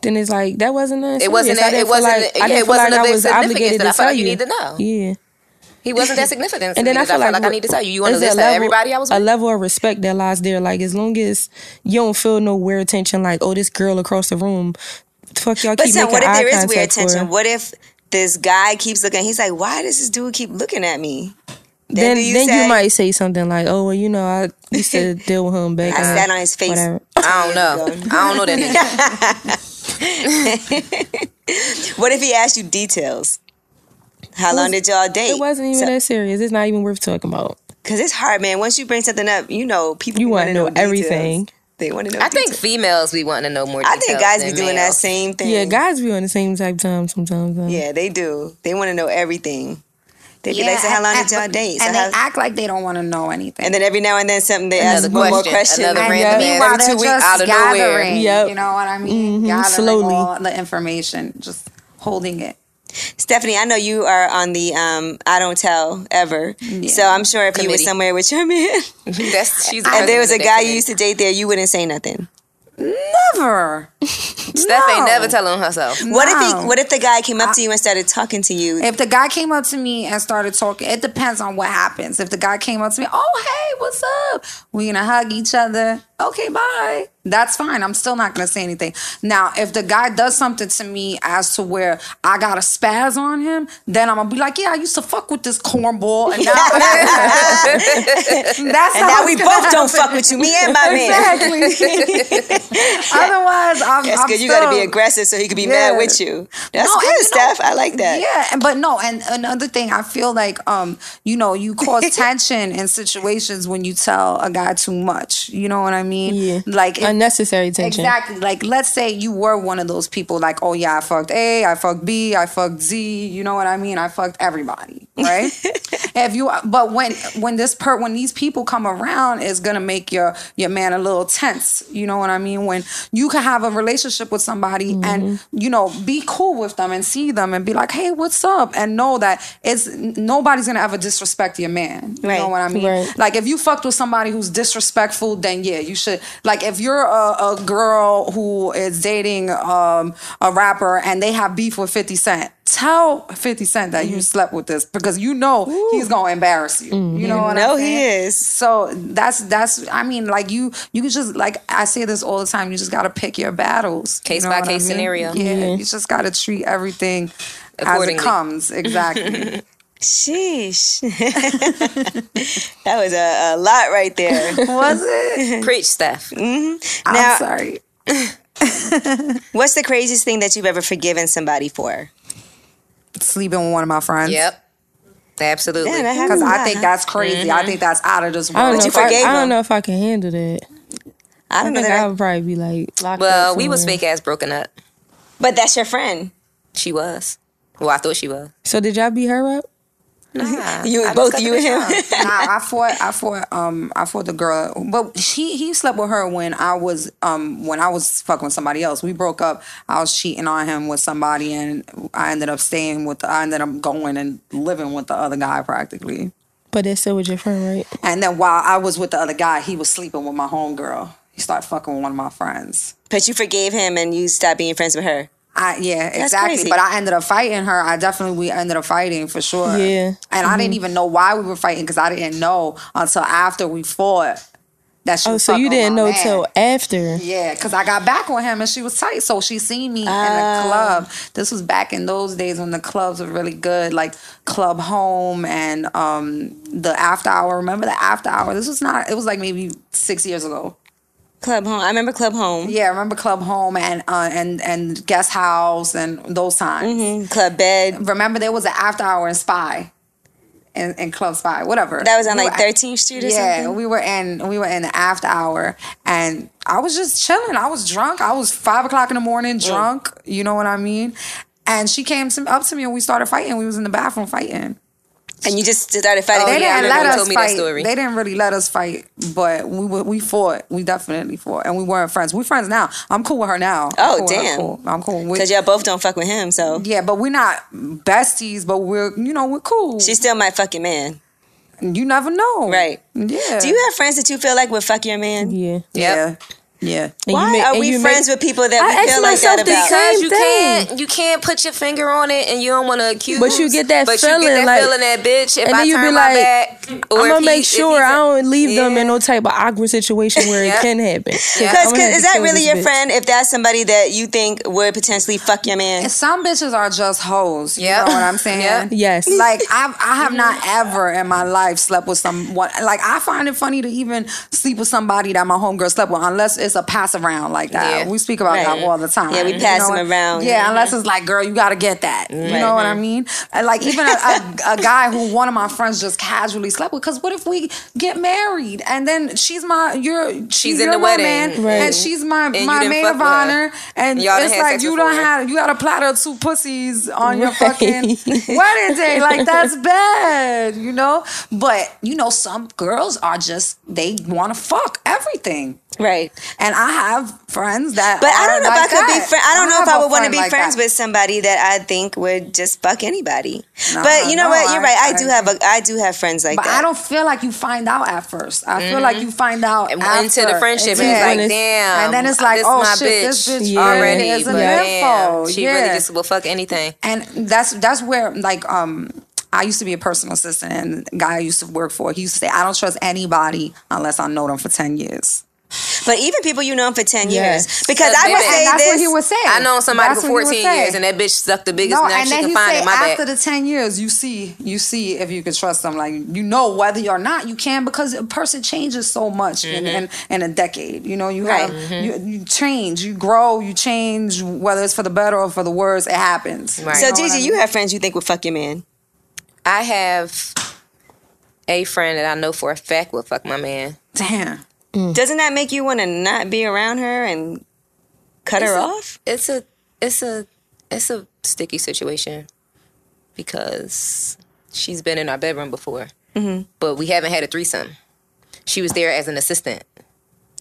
S4: then it's like that wasn't nothing
S3: It wasn't
S4: serious. I
S3: a- it
S4: didn't feel
S3: wasn't
S4: like-
S3: a-
S4: I
S3: yeah,
S4: didn't
S3: it
S4: feel like
S3: wasn't of
S4: I
S3: the
S4: was
S3: significance
S4: obligated
S3: that I
S4: to
S3: felt
S4: tell
S3: like you
S4: you.
S3: need to know.
S4: Yeah.
S3: he wasn't that significant?
S4: And then I feel like,
S3: I need to tell you. You want to
S4: it's a
S3: list out
S4: level-
S3: everybody I was
S4: a
S3: with.
S4: level of respect that lies there. Like as long as you don't feel no weird tension, like oh this girl across the room, fuck y'all
S1: But
S4: keep
S1: Sam,
S4: making
S1: what if
S4: eye
S1: there is
S4: contact
S1: weird
S4: for.
S1: tension? What if this guy keeps looking? He's like, why does this dude keep looking at me?
S4: then
S1: do you
S4: then
S1: say-
S4: you might say something like oh well you know I used to deal with him back.
S1: I
S4: in-
S1: sat on his face.
S4: Uh, Whatever.
S3: I don't know. I don't know that. nigga.
S1: What if he asked you details? How long did y'all date?
S4: It wasn't even that serious. It's not even worth talking about.
S1: Because it's hard, man. Once you bring something up, you know, people
S4: You
S1: be
S4: want to
S1: wanting
S4: know
S1: details.
S4: everything.
S1: They want to know.
S3: I think
S1: details.
S3: females be wanting to know more.
S1: I think
S3: details
S1: guys be
S3: than
S1: doing that
S3: males.
S1: same thing.
S4: Yeah, guys be on the same type time sometimes. Though.
S1: Yeah, they do. They want to know everything. They be like, "So how
S2: and-
S1: long
S2: and-
S1: did y'all date?" So
S2: And
S1: how-
S2: they act like they don't want to know anything.
S1: and then every now and then something they ask
S3: Another
S1: one more
S3: question,
S1: question.
S3: another
S1: Like,
S3: random ass
S2: and meanwhile,
S3: every
S2: they're
S3: two weeks
S2: just
S3: out of nowhere.
S2: gathering.
S4: Yep.
S2: You know what I mean?
S1: Mm-hmm.
S4: Mhm,
S2: Gathering
S4: slowly.
S2: all the information, just holding it.
S1: Stephanie, I know you are on the um, "I don't tell ever," so I'm sure if you were
S3: Committee.
S1: somewhere with your man
S3: That's she's.
S1: and there was a guy you used
S3: used.
S1: to date there, you wouldn't say nothing.
S2: Never.
S3: Steph ain't
S2: No.
S3: never telling herself.
S1: What if he?
S2: No.
S1: What if the guy came up to you and started talking to you?
S2: If the guy came up to me and started talking, it depends on what happens. If the guy came up to me, oh hey, what's up? We're gonna hug each other. Okay, bye. That's fine. I'm still not gonna say anything. Now, if the guy does something to me as to where I got a spaz on him, then I'm gonna be like, yeah, I used to fuck with this cornball, and now that's
S1: and now
S2: how it's
S1: we
S2: gonna
S1: both don't
S2: happen.
S1: fuck with you, me and my man.
S2: Exactly. Otherwise, I'm.
S1: That's
S2: I'm
S1: good. You got to be
S2: still-
S1: aggressive so he could be mad
S2: Yeah.
S1: with you. That's
S2: No, and
S1: good,
S2: you
S1: Steph.
S2: know-
S1: I like that.
S2: Yeah, and- but no, and another thing, I feel like um, you know, you cause tension in situations when you tell a guy too much. You know what I mean?
S4: Yeah.
S2: Like if-
S4: Unnecessary tension.
S2: Exactly. Like let's say you were one of those people like, "Oh yeah, I fucked A, I fucked B, I fucked Z, you know what I mean? I fucked everybody." Right? if you but when when this per when these people come around, it's going to make your your man a little tense. You know what I mean? When you can have a relationship with somebody and you know, be cool with them and see them and be like, "Hey, what's up?" and know that it's nobody's going to ever disrespect your man. You
S1: Right.
S2: know what I mean?
S4: Right.
S2: Like if you fucked with somebody who's disrespectful, then yeah, you should. Like if you're a, a girl who is dating um, a rapper and they have beef with Fifty Cent, tell Fifty Cent that you
S1: Mm-hmm.
S2: slept with this because you know he's gonna embarrass you. You know what
S1: know
S2: I'm
S1: Oh, he
S2: saying?
S1: is.
S2: So that's that's. I mean, like you you can just like I say this all the time. You just gotta pick your battles. you
S3: Case
S2: know
S3: by
S2: what I
S3: case
S2: mean?
S3: scenario.
S2: Yeah,
S1: Mm-hmm.
S2: you just gotta treat everything as
S3: Accordingly.
S2: it comes. Exactly.
S1: Sheesh. that was a, a lot right there.
S2: Was it?
S3: Preach, Steph.
S1: Now-
S2: I'm sorry.
S1: What's the craziest thing that you've ever forgiven somebody for?
S2: sleeping with one of my friends.
S3: Yep. Absolutely.
S1: Yeah, that
S2: Because
S1: happens.
S2: I think that's crazy. I think that's out of
S4: I
S2: this world.
S4: don't, know
S1: you
S4: if I,
S1: forgave
S4: I don't
S1: him.
S4: know if I can handle that.
S1: I
S2: Oh
S4: I
S1: don't know
S4: think
S1: that.
S4: I
S1: I,
S4: would probably be like locked
S3: well,
S4: up
S3: we was
S4: somewhere.
S3: fake ass broken up.
S1: but that's your friend.
S3: She was. Well, I thought she was.
S4: So did y'all beat her up?
S3: Nah,
S1: You-
S3: I
S1: both
S3: just cut
S1: you
S3: the
S1: and
S3: bitch
S1: him.
S3: off.
S2: nah, I fought. I fought. Um, I fought the girl, but she he slept with her when I was um when I was fucking with somebody else. We broke up. I was cheating on him with somebody, and I ended up staying with. The, I ended up going and living with the other guy practically.
S4: But that's still with your friend, right?
S2: And then while I was with the other guy, he was sleeping with my homegirl. He started fucking with one of my friends.
S1: But you forgave him and you stopped being friends with her.
S2: I yeah, exactly.
S1: crazy.
S2: But I ended up fighting her. I definitely we ended up fighting for sure.
S4: Yeah. Mm-hmm.
S2: And I didn't even know why we were fighting because I didn't know until after we fought that she
S4: Oh,
S2: was
S4: so you
S2: fucking with
S4: didn't
S2: my
S4: know
S2: man.
S4: till after.
S2: Yeah, because I got back on him and she was tight. So she seen me in
S4: Oh.
S2: the club. This was back in those days when the clubs were really good, like Club Home and um the after hour. Remember the after hour? This was not it was like maybe six years ago.
S1: Club home. I remember club home.
S2: Yeah, I remember Club Home and uh, and and Guest House and those times.
S1: Mhm. Club bed.
S2: Remember there was an after hour in Spy, and and Club Spy, whatever.
S1: That was on
S2: We
S1: like
S2: were-
S1: 13th Street or
S2: Yeah,
S1: something.
S2: we were in we were in the after hour, and I was just chilling. I was drunk. I was five o'clock in the morning,
S1: Mm.
S2: drunk. You know what I mean? And she came to, up to me and we started fighting. We was in the bathroom fighting.
S1: And you just started
S4: Oh,
S1: fighting.
S2: they
S1: Oh, yeah, I
S2: didn't
S1: remember
S2: let
S3: you
S2: us
S3: told me that
S2: fight.
S3: story.
S2: They didn't really let us fight, but we were- we fought. We definitely fought, and we weren't friends. We're friends now. I'm cool with her now. I'm
S1: Oh,
S2: cool with her,
S1: damn.
S2: cool. I'm cool. with
S1: Because y'all both don't fuck with him, so
S2: yeah, but we're not besties, but we're you know we're cool.
S1: she's still my fucking man.
S2: you never know,
S1: Right.
S2: Yeah.
S1: Do you have friends that you feel like would fuck your man?
S4: Yeah.
S2: Yeah. Yeah.
S4: And
S1: Why
S4: you ma-
S1: are
S4: and
S1: we
S4: you ma-
S1: friends with people that
S4: I
S1: we
S4: ask
S1: feel like
S4: myself
S1: that
S4: the
S1: about?
S3: Because
S4: same-
S3: you
S4: thing.
S3: can't you can't put your finger on it and you don't want to accuse.
S4: But you get that
S3: but you
S4: feeling,
S3: get that
S4: like-
S3: feeling that bitch. If
S4: and then
S3: I
S4: you be
S3: turn
S4: like,
S3: my back, or
S4: I'm
S3: if
S4: gonna
S3: he-
S4: make
S3: if
S4: sure
S3: he's
S4: I
S3: a-
S4: don't leave them
S3: Yeah.
S4: in no type of awkward situation where
S3: Yeah.
S4: it can happen.
S3: Yeah.
S1: Because
S4: I'ma have
S1: is
S4: to
S1: that
S4: kill
S1: really
S4: this
S1: your
S4: bitch.
S1: friend if that's somebody that you think would potentially fuck your man?
S2: And some bitches are just hoes. You
S3: Yep.
S2: know what I'm saying?
S3: Yep.
S4: Yes.
S2: Like I, I have not ever in my life slept with someone. Like I find it funny to even sleep with somebody that my homegirl slept with, unless it's a pass around like that.
S3: Yeah.
S2: We speak about
S1: Right.
S2: that all the time.
S1: Yeah, we
S2: You
S1: pass
S2: know
S1: them
S2: what-
S1: around.
S2: Yeah, unless it's like, girl, you got to get that. You know
S3: Mm-hmm.
S2: what I mean? And, Like even a, a, a guy who one of my friends just casually slept with. Because what if we get married and then she's my, you're, she's
S3: in
S2: your
S3: the
S2: my
S3: wedding.
S2: man,
S4: Right.
S2: and she's my
S3: you
S2: my
S3: didn't
S2: maid
S3: fuck
S2: of
S3: with her.
S2: honor, and
S3: Y'all done
S2: it's
S3: had
S2: like
S3: sex
S2: you
S3: before.
S2: don't have you got a platter of two pussies on your
S4: Right.
S2: fucking wedding day. Like that's bad, you know. But you know, some girls are just they want to fuck everything.
S1: right.
S2: And I have friends that,
S1: But I don't know if I could be
S2: friends.
S1: friends. I don't know if I would want to be friends with somebody that I think would just fuck anybody.
S2: Nah,
S1: but you know
S2: no,
S1: what? You're
S2: I-
S1: right. I,
S2: I
S1: do have a I do have friends like
S2: But
S1: that.
S2: I don't feel like you find out at first. I feel like you find out
S3: And
S2: after.
S3: into the friendship,
S2: Yeah.
S3: and it's like,
S4: it's-
S3: damn.
S2: and then it's like,
S3: this
S2: oh
S3: my
S2: shit, this bitch
S4: Yeah.
S3: already
S2: is an
S3: but
S2: info.
S3: damn, she really
S2: Yeah.
S3: just will fuck anything.
S2: and that's that's where like um I used to be a personal assistant and the guy I used to work for, he used to say, I don't trust anybody unless I know them for ten years.
S1: but even people you know for ten
S4: Yes.
S1: years, because
S3: But
S1: I would
S3: baby,
S1: say
S2: And that's
S1: this.
S2: what he would say.
S3: I know somebody
S2: That's
S3: for
S2: what he
S3: 14
S2: would say.
S3: years, and that bitch sucked the biggest
S2: no,
S3: neck
S2: and
S3: she
S2: then
S3: could
S2: he
S3: find
S2: say
S3: in my back.
S2: after the ten years, you see, you see if you can trust them. Like you know whether you're not, you can because a person changes so much in, in,
S3: Mm-hmm.
S2: in a decade. You know, you
S1: Right.
S2: have you, you change, you grow, you change. Whether it's for the better or for the worse, it happens.
S3: Right.
S1: so
S3: You know
S1: Gigi,
S2: what I
S1: you have friends you think would fuck your man.
S3: I have a friend that I know for a fact will fuck my man.
S2: Damn.
S3: Mm.
S1: Doesn't that make you want to not be around her and cut her
S3: It's a-
S1: off?
S3: It's a it's a it's a sticky situation because she's been in our bedroom before, but we haven't had a threesome. She was there as an assistant.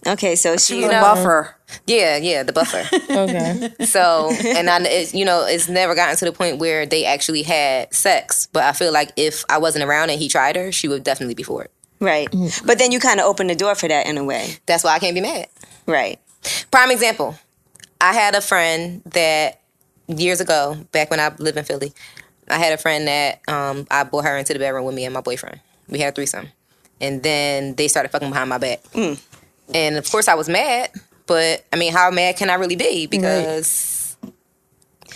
S1: Okay, so she,
S2: The buffer.
S3: Yeah, yeah, the buffer.
S4: Okay.
S3: So, and I, it, you know, it's never gotten to the point where they actually had sex. But I feel like if I wasn't around and he tried her, she would definitely be for it.
S1: right.
S3: Mm.
S1: But then you kind of open the door for that in a way,
S3: That's why I can't be mad.
S1: right?
S3: Prime example. I had a friend that years ago, back when I lived in Philly, I had a friend that um, I brought her into the bedroom with me and my boyfriend. We had a threesome. And then they started fucking behind my back.
S1: Mm.
S3: And of course I was mad, but I mean, how mad can I really be? Because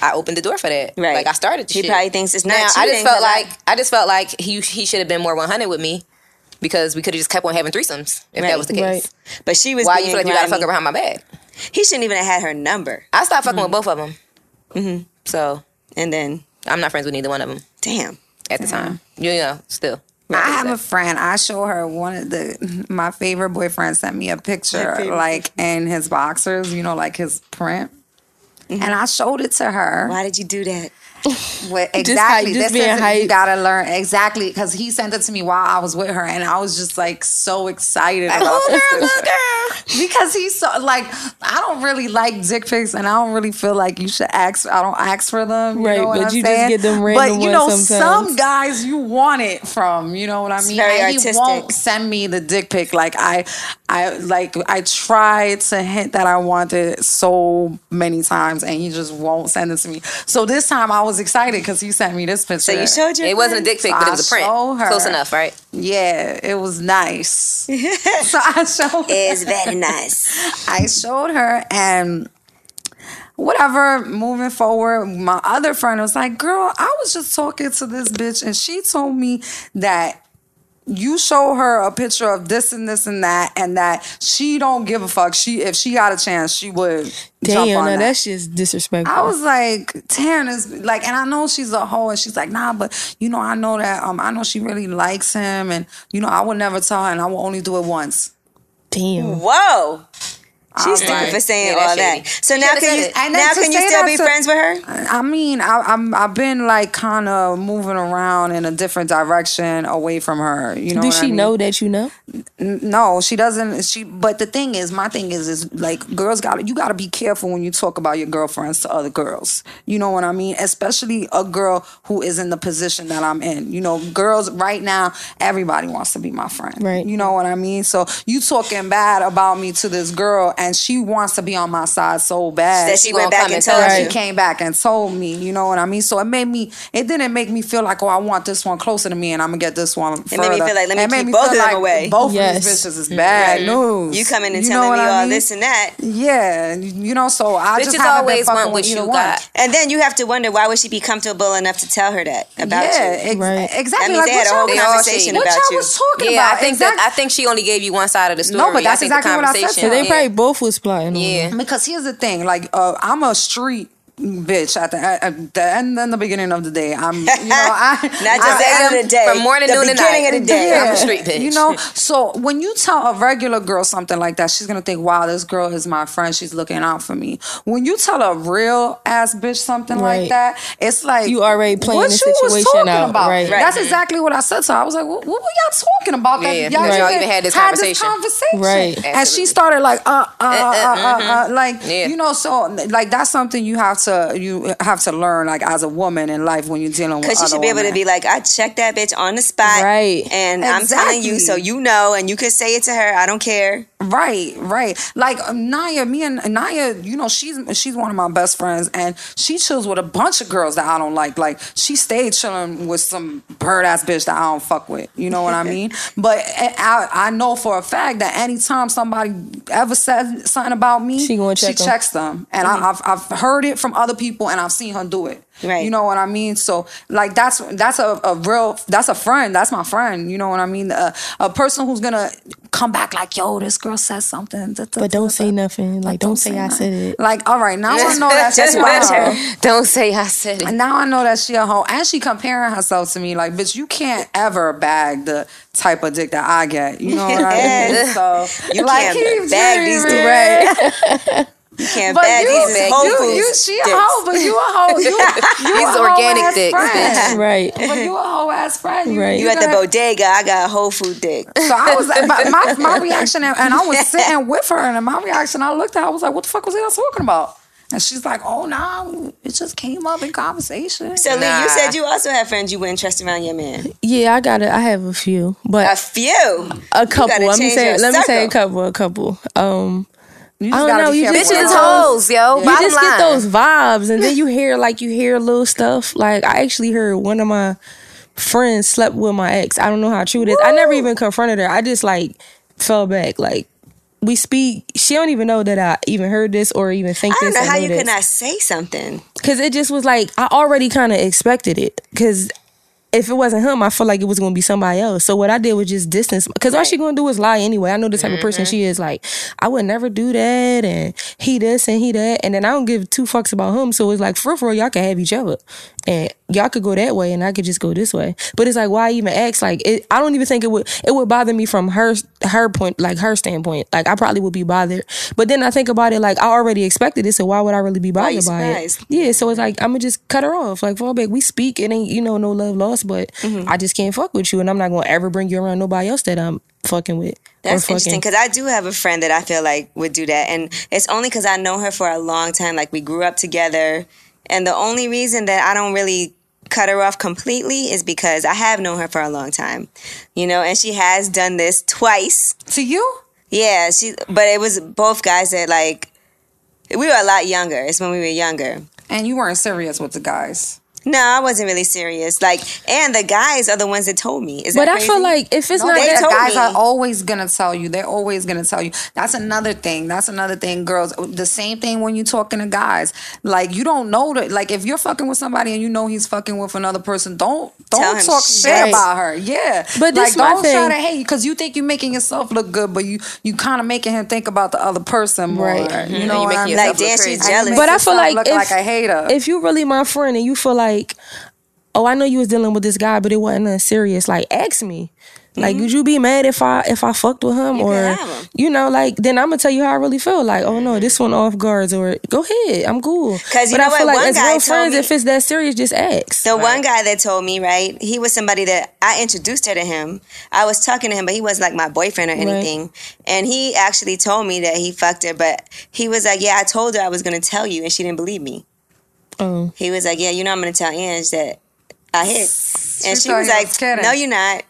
S3: I opened the door for that.
S1: Right.
S3: Like I started the
S1: He
S3: shit.
S1: probably thinks it's not
S3: Now, I
S1: cheating,
S3: just felt
S1: but I-
S3: like I just felt like he he should have been more 100 with me because we could have just kept on having threesomes if
S1: Right.
S3: that was the case.
S4: Right.
S1: But she was.
S3: Why you
S1: being
S3: feel like you gotta fuck
S1: grimy.
S3: her behind my back?
S1: He shouldn't even have had her number.
S3: I stopped fucking with both of them. So
S1: And then,
S3: I'm not friends with neither one of them
S1: damn.
S3: at the time. You know, still.
S2: I have a friend. I show her one of the my favorite boyfriend sent me a picture
S1: favorite.
S2: like in his boxers, you know, like his print. And I showed it to her.
S1: Why did you do that?
S2: What
S4: Just
S2: exactly?
S4: hype, just
S2: this
S4: being
S2: is you
S4: hype.
S2: gotta learn exactly because he sent it to me while I was with her, and I was just like so excited
S4: Oh,
S2: about this. because he's so like I don't really like dick pics, and I don't really feel like you should ask. I don't ask for them, you
S4: Right,
S2: Know what
S4: but
S2: I'm
S4: you just
S2: saying?
S4: get them
S2: But
S4: random
S2: you
S4: ones
S2: know,
S4: sometimes.
S2: some guys you want it from. You know what I mean?
S1: very
S2: and he won't
S1: artistic.
S2: send me the dick pic. Like I, I like I tried to hint that I wanted it so many times, and he just won't send it to me. So this time I was excited because he sent me this picture.
S1: So you showed your
S3: It wasn't a
S1: friends?
S3: dick pic, but it was a print.
S2: I show her.
S3: Close enough, right?
S2: Yeah, it was nice. so I showed.
S1: It's very nice.
S2: I showed her and whatever moving forward my other friend was like girl i was just talking to this bitch and she told me that you show her a picture of this and this and that and that she don't give a fuck she if she got a chance she would jump
S4: Damn,
S2: on
S4: now
S2: that.
S4: that's just disrespectful.
S2: I was like, Taryn is like, and I know she's a hoe, and she's like, nah, but you know, I know that, um, I know she really likes him, and you know, I would never tell her, and I will only do it once.
S4: Damn.
S1: Whoa. She's
S2: I'm like,
S1: stupid for saying
S3: Yeah, that's
S1: all that.
S3: shady.
S1: So
S3: She
S1: now
S3: should've
S1: can
S3: said
S1: you
S3: it.
S2: And then
S1: now
S2: to
S1: can you
S2: say
S1: still
S2: that
S1: be
S2: to-
S1: friends with her?
S2: I mean, I, I'm I've been like kind of moving around in a different direction away from her. You know,
S4: Do
S2: what I
S4: she
S2: mean?
S4: know that you know?
S2: N- No, she doesn't. She. But the thing is, my thing is, is like girls got to you got to be careful when you talk about your girlfriends to other girls. You know what I mean? Especially a girl who is in the position that I'm in. You know, girls right now, everybody wants to be my friend.
S4: Right.
S2: You know what I mean? So you talking bad about me to this girl, and she wants to be on my side so bad
S1: That she,
S3: She
S1: went
S3: gonna
S1: back
S3: come
S1: and
S3: and
S1: told
S3: tell
S2: she
S1: you.
S2: came back and told me, you know what I mean? So it made me, it didn't make me feel like, oh, I want this one closer to me and I'm gonna get this one.
S1: It made me feel like, let me
S2: It made
S1: keep both
S2: feel
S1: of them away. Mm-hmm.
S2: Both of
S4: Yes.
S2: these bitches is bad news.
S1: You coming and
S2: You know
S1: telling
S2: what
S1: me
S2: I
S1: all
S2: mean?
S1: this and that.
S2: Yeah, you know, so I just
S3: Bitches
S2: haven't been
S3: always
S2: fucking
S3: want
S2: with
S3: what you
S2: either one.
S3: got.
S1: And then you have to wonder why would she be comfortable enough to tell her that about
S2: yeah,
S1: you?
S2: ex-
S4: Right.
S1: That
S2: exactly.
S1: means
S2: Like
S1: they had
S2: what
S1: a whole
S3: y'all-
S2: y'all,
S1: conversation
S2: what
S1: about
S2: y'all
S1: you.
S2: was talking
S3: Yeah, I
S2: about?
S3: think
S2: exactly.
S3: that I think she only gave you one side of the story.
S2: but that's
S3: I think the
S2: exactly what I said to
S3: conversation-
S2: her.
S4: They
S3: yeah.
S4: probably both was plotting. on her.
S3: Yeah.
S2: Because here's the thing, like uh, I'm a street bitch at the, at the end and the beginning of the day. I'm, you know, I
S1: Not just
S2: I
S1: the
S2: am-
S1: end of the day.
S3: um, From morning,
S1: the
S3: noon, and
S1: beginning
S3: night.
S1: of the day.
S3: Yeah. I'm a street bitch.
S2: You know, so when you tell a regular girl something like that, she's gonna think, "Wow, this girl is my friend. She's looking out for me." When you tell a real ass bitch something like
S4: Right.
S2: that, it's like
S4: You already playing
S2: what
S4: the
S2: you was
S4: situation
S2: talking
S4: out,
S2: about.
S4: right.
S2: That's
S1: Right.
S2: exactly what I said to her. I was like, "What, what were y'all talking about? That
S3: Yeah,
S2: y'all,
S3: that y'all
S2: even
S3: even had this conversation.
S2: conversation.
S4: Right.
S2: And she
S3: Absolutely.
S2: started like, "Uh, uh, uh, uh, uh, like
S3: Yeah.
S2: you know." So like that's something you have to you have to learn like as a woman in life when you're dealing with
S1: Because you
S2: other
S1: should be able to
S2: women.
S1: be like, I checked that bitch on the spot.
S4: Right.
S1: And I'm telling you,
S2: Exactly.
S1: so you know, and you could say it to her. I don't care.
S2: Right, right. Like um, Naya, me and Naya, you know, she's she's one of my best friends, and she chills with a bunch of girls that I don't like. Like she stayed chilling with some bird ass bitch that I don't fuck with. You know what I mean? But eh, I, I know for a fact that anytime somebody ever says something about me,
S4: She gonna check 'em. Mm-hmm.
S2: checks them, and I, I've I've heard it from other people, and I've seen her do it.
S1: Right.
S2: You know what I mean? So like that's that's a, a real that's a friend. That's my friend. You know what I mean? A, a person who's gonna come back like, yo, this girl says something. da, da,
S4: But
S2: da,
S4: don't
S2: da,
S4: say
S2: da.
S4: nothing. Like, don't say I
S2: nothing.
S4: said it.
S2: Like, all right, now I know that
S1: Just
S2: that's my
S1: watch her.
S2: hoe.
S3: Don't say I said it.
S2: And now I know that she a hoe, and she comparing herself to me. Like, bitch, you can't ever bag the type of dick that I get. You know what I mean? So
S1: You
S2: like,
S1: can't
S2: keep
S1: bag these
S2: dreaming.
S1: dicks. You can't
S2: But
S1: bag
S2: you,
S1: these
S2: you,
S1: Whole
S2: you,
S1: Foods
S2: she a
S1: dicks.
S2: hoe, but you a hoe. You, you
S3: These
S2: a
S3: organic
S2: hoe-ass
S3: dicks,
S2: friend.
S4: Right.
S2: But you a whole ass friend. You,
S4: Right.
S1: You at the
S2: gonna-
S1: bodega, I got a whole food dick.
S2: So I was, but my, my reaction, and and I was sitting with her, and my reaction, I looked at her, I was like, what the fuck was y'all talking about? And she's like, oh, nah, it just came up in conversation.
S1: So Lee, you
S3: Nah.
S1: said you also have friends you wouldn't trust around your man.
S4: Yeah, I got to I have a few,
S1: A
S4: but
S1: few.
S4: a couple.
S1: gotta
S4: Let me
S1: change
S4: say.
S1: your
S4: Let me say a
S1: circle.
S4: couple. A couple. Um,
S2: You
S4: I don't
S2: gotta
S4: know,
S2: be
S4: you
S2: careful
S4: just-
S2: with
S3: Bitches is
S2: all
S4: hoes.
S3: hoes, yo.
S4: you
S3: Bottom
S4: just
S3: line.
S4: get those vibes, and then you hear like you hear little stuff. Like I actually heard one of my friends slept with my ex. I don't know how true it is. I never even confronted her. I just like fell back. Like we speak. She don't even know that I even heard this or even think
S1: I don't
S4: this.
S1: know
S4: or
S1: how you
S4: this.
S1: could not say something.
S4: Cause it just was like I already kind of expected it. Cause if it wasn't him, I felt like it was gonna be somebody else. So what I did was just distance. Cause all she gonna do is lie anyway. I know the type of
S1: Mm-hmm.
S4: person she is. Like I would never do that, and he this and he that, and then I don't give two fucks about him. So it's like for real, for real, y'all can have each other, and y'all could go that way and I could just go this way. But it's like why even ask? Like it, I don't even think it would it would bother me from her her point like her standpoint. Like I probably would be bothered. But then I think about it like I already expected it, so why would I really be
S1: you
S4: bothered by
S1: surprised?
S4: it? Yeah, so it's like I'm gonna just cut her off. Like fall back. We speak. It ain't you know no love lost, but
S1: Mm-hmm.
S4: I just can't fuck with you, and I'm not gonna ever bring you around nobody else that I'm fucking with.
S1: That's
S4: or
S1: interesting
S4: fucking.
S1: because I do have a friend that I feel like would do that, and it's only because I know her for a long time. Like we grew up together, and the only reason that I don't really cut her off completely is because I have known her for a long time, you know. And she has done this twice.
S2: To you?
S1: Yeah, she. But it was both guys that like we were a lot younger. It's when we were younger.
S2: And you weren't serious with the guys.
S1: No, I wasn't really serious. Like, and the guys are the ones that told me. Is
S4: But
S1: that
S4: I feel
S1: crazy?
S4: like if it's
S2: No,
S4: not
S1: they
S4: that,
S1: told
S2: guys
S1: me.
S2: are always gonna tell you. They're always gonna tell you. That's another thing. That's another thing, girls. The same thing when you're talking to guys. Like you don't know that. Like if you're fucking with somebody and you know he's fucking with another person, don't
S1: Tell
S2: don't
S1: him
S2: talk
S1: shit.
S2: shit about her. Yeah,
S4: But this
S2: like
S4: my
S2: don't
S4: thing.
S2: try to hate because you think you're making yourself look good, but you you kind of making him think about the other person more.
S4: Right.
S1: Mm-hmm.
S2: You know
S3: you
S2: what I
S3: making
S2: mean?
S1: like,
S3: yourself look
S1: damn, she's
S3: crazy.
S1: jealous.
S4: But I
S2: Makes
S4: feel like
S2: yourself look
S4: if,
S2: like a hater.
S4: If you really my friend and you feel like, oh, I know you was dealing with this guy, but it wasn't nothing serious. Like, ask me. Like, would you be mad if I if I fucked with him or
S1: Mm-hmm. have him.
S4: you know like then I'm gonna tell you how I really feel. Like, oh no, this one off guards or go ahead, I'm cool.
S1: 'Cause you
S4: but
S1: know
S4: I
S1: what?
S4: feel like
S1: One
S4: as
S1: guy
S4: real
S1: told
S4: friends,
S1: me-
S4: if it's that serious, just ask.
S1: The one guy that told me, right? He was somebody that I introduced her to him. I was talking to him, but he wasn't like my boyfriend or anything. And he actually told me that he fucked her, but he was like, Yeah, I told her I was gonna tell you and she didn't believe me.
S4: Oh.
S1: He was like, Yeah, you know I'm gonna tell Ange that I hit. and she
S2: thought
S1: was
S2: he
S1: like,
S2: was kidding.
S1: No, you're not.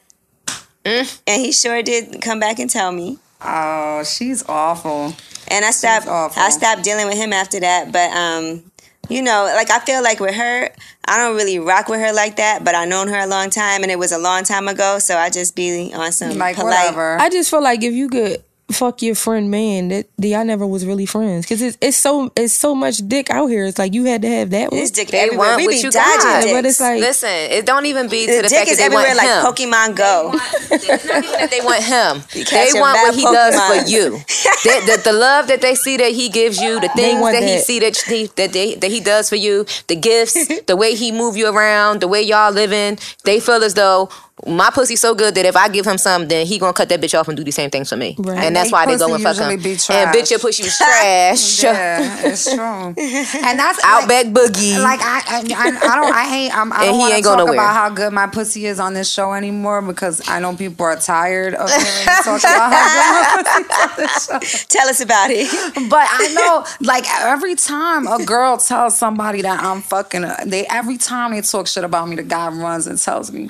S1: And he sure did come back and tell me.
S2: oh, she's awful.
S1: And I stopped
S2: awful.
S1: I stopped dealing with him after that. But um, you know, like I feel like with her, I don't really rock with her like that, but I known her a long time and it was a long time ago, so I just be on some
S2: Like
S1: polite
S2: whatever.
S4: I just feel like if you could fuck your friend man, that, that y'all never was really friends because it's it's so it's so much dick out here. It's like you had to have that one.
S1: It's dick
S3: They
S1: everywhere.
S3: want
S1: We
S3: what
S1: be
S3: you
S1: dodging
S3: got.
S1: dicks.
S4: But it's like-
S3: Listen, it don't even be to the,
S1: the dick
S3: fact
S1: is
S3: that they
S1: everywhere
S3: want
S1: like
S3: him.
S1: Pokemon Go.
S3: It's not even that they want him.
S1: catch
S3: They
S1: a
S3: want
S1: bad
S3: what he
S1: Pokemon.
S3: does for you. the, the, the love that they see that he gives you, the things
S4: want
S3: that, he
S4: that.
S3: see that he, that they that he does for you, the gifts, the way he move you around, the way y'all living. They feel as though my pussy's so good that if I give him something, then he gonna cut that bitch off and do the same things for me.
S4: Right.
S3: And that's
S2: they
S3: why they go
S2: pussy
S3: and fuck him.
S2: usually be
S3: And bitch,
S2: trash.
S3: your pussy's trash.
S2: Yeah, it's true. And that's like-
S3: Outback boogie.
S2: Like I, I, I I don't, I hate. I'm,
S3: And
S2: I don't
S3: he
S2: want to
S3: ain't going
S2: talk
S3: nowhere.
S2: about how good my pussy is on this show anymore because I know people are tired of hearing me talk about how good my pussy is on this show.
S1: Tell us about it.
S2: But I know, like every time a girl tells somebody that I'm fucking, her, they every time they talk shit about me, the guy runs and tells me.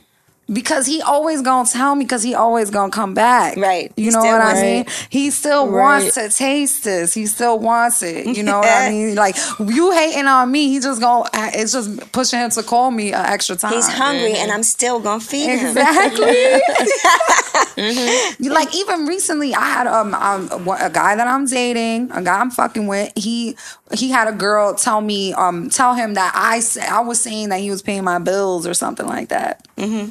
S2: Because he always gonna tell me, because he always gonna come back,
S1: Right.
S2: You
S1: He
S2: know
S1: still
S2: what
S1: wants
S2: I
S1: it.
S2: mean? He still
S4: Right.
S2: wants to taste this. He still wants it. You know what I mean? Like you hating on me, he just gonna. It's just pushing him to call me an extra time.
S1: He's hungry and I'm still gonna feed him. Mm-hmm.
S2: Exactly. Like even recently, I had um, um a guy that I'm dating, a guy I'm fucking with. He he had a girl tell me um tell him that I s- I was saying that he was paying my bills or something like that. Mm-hmm.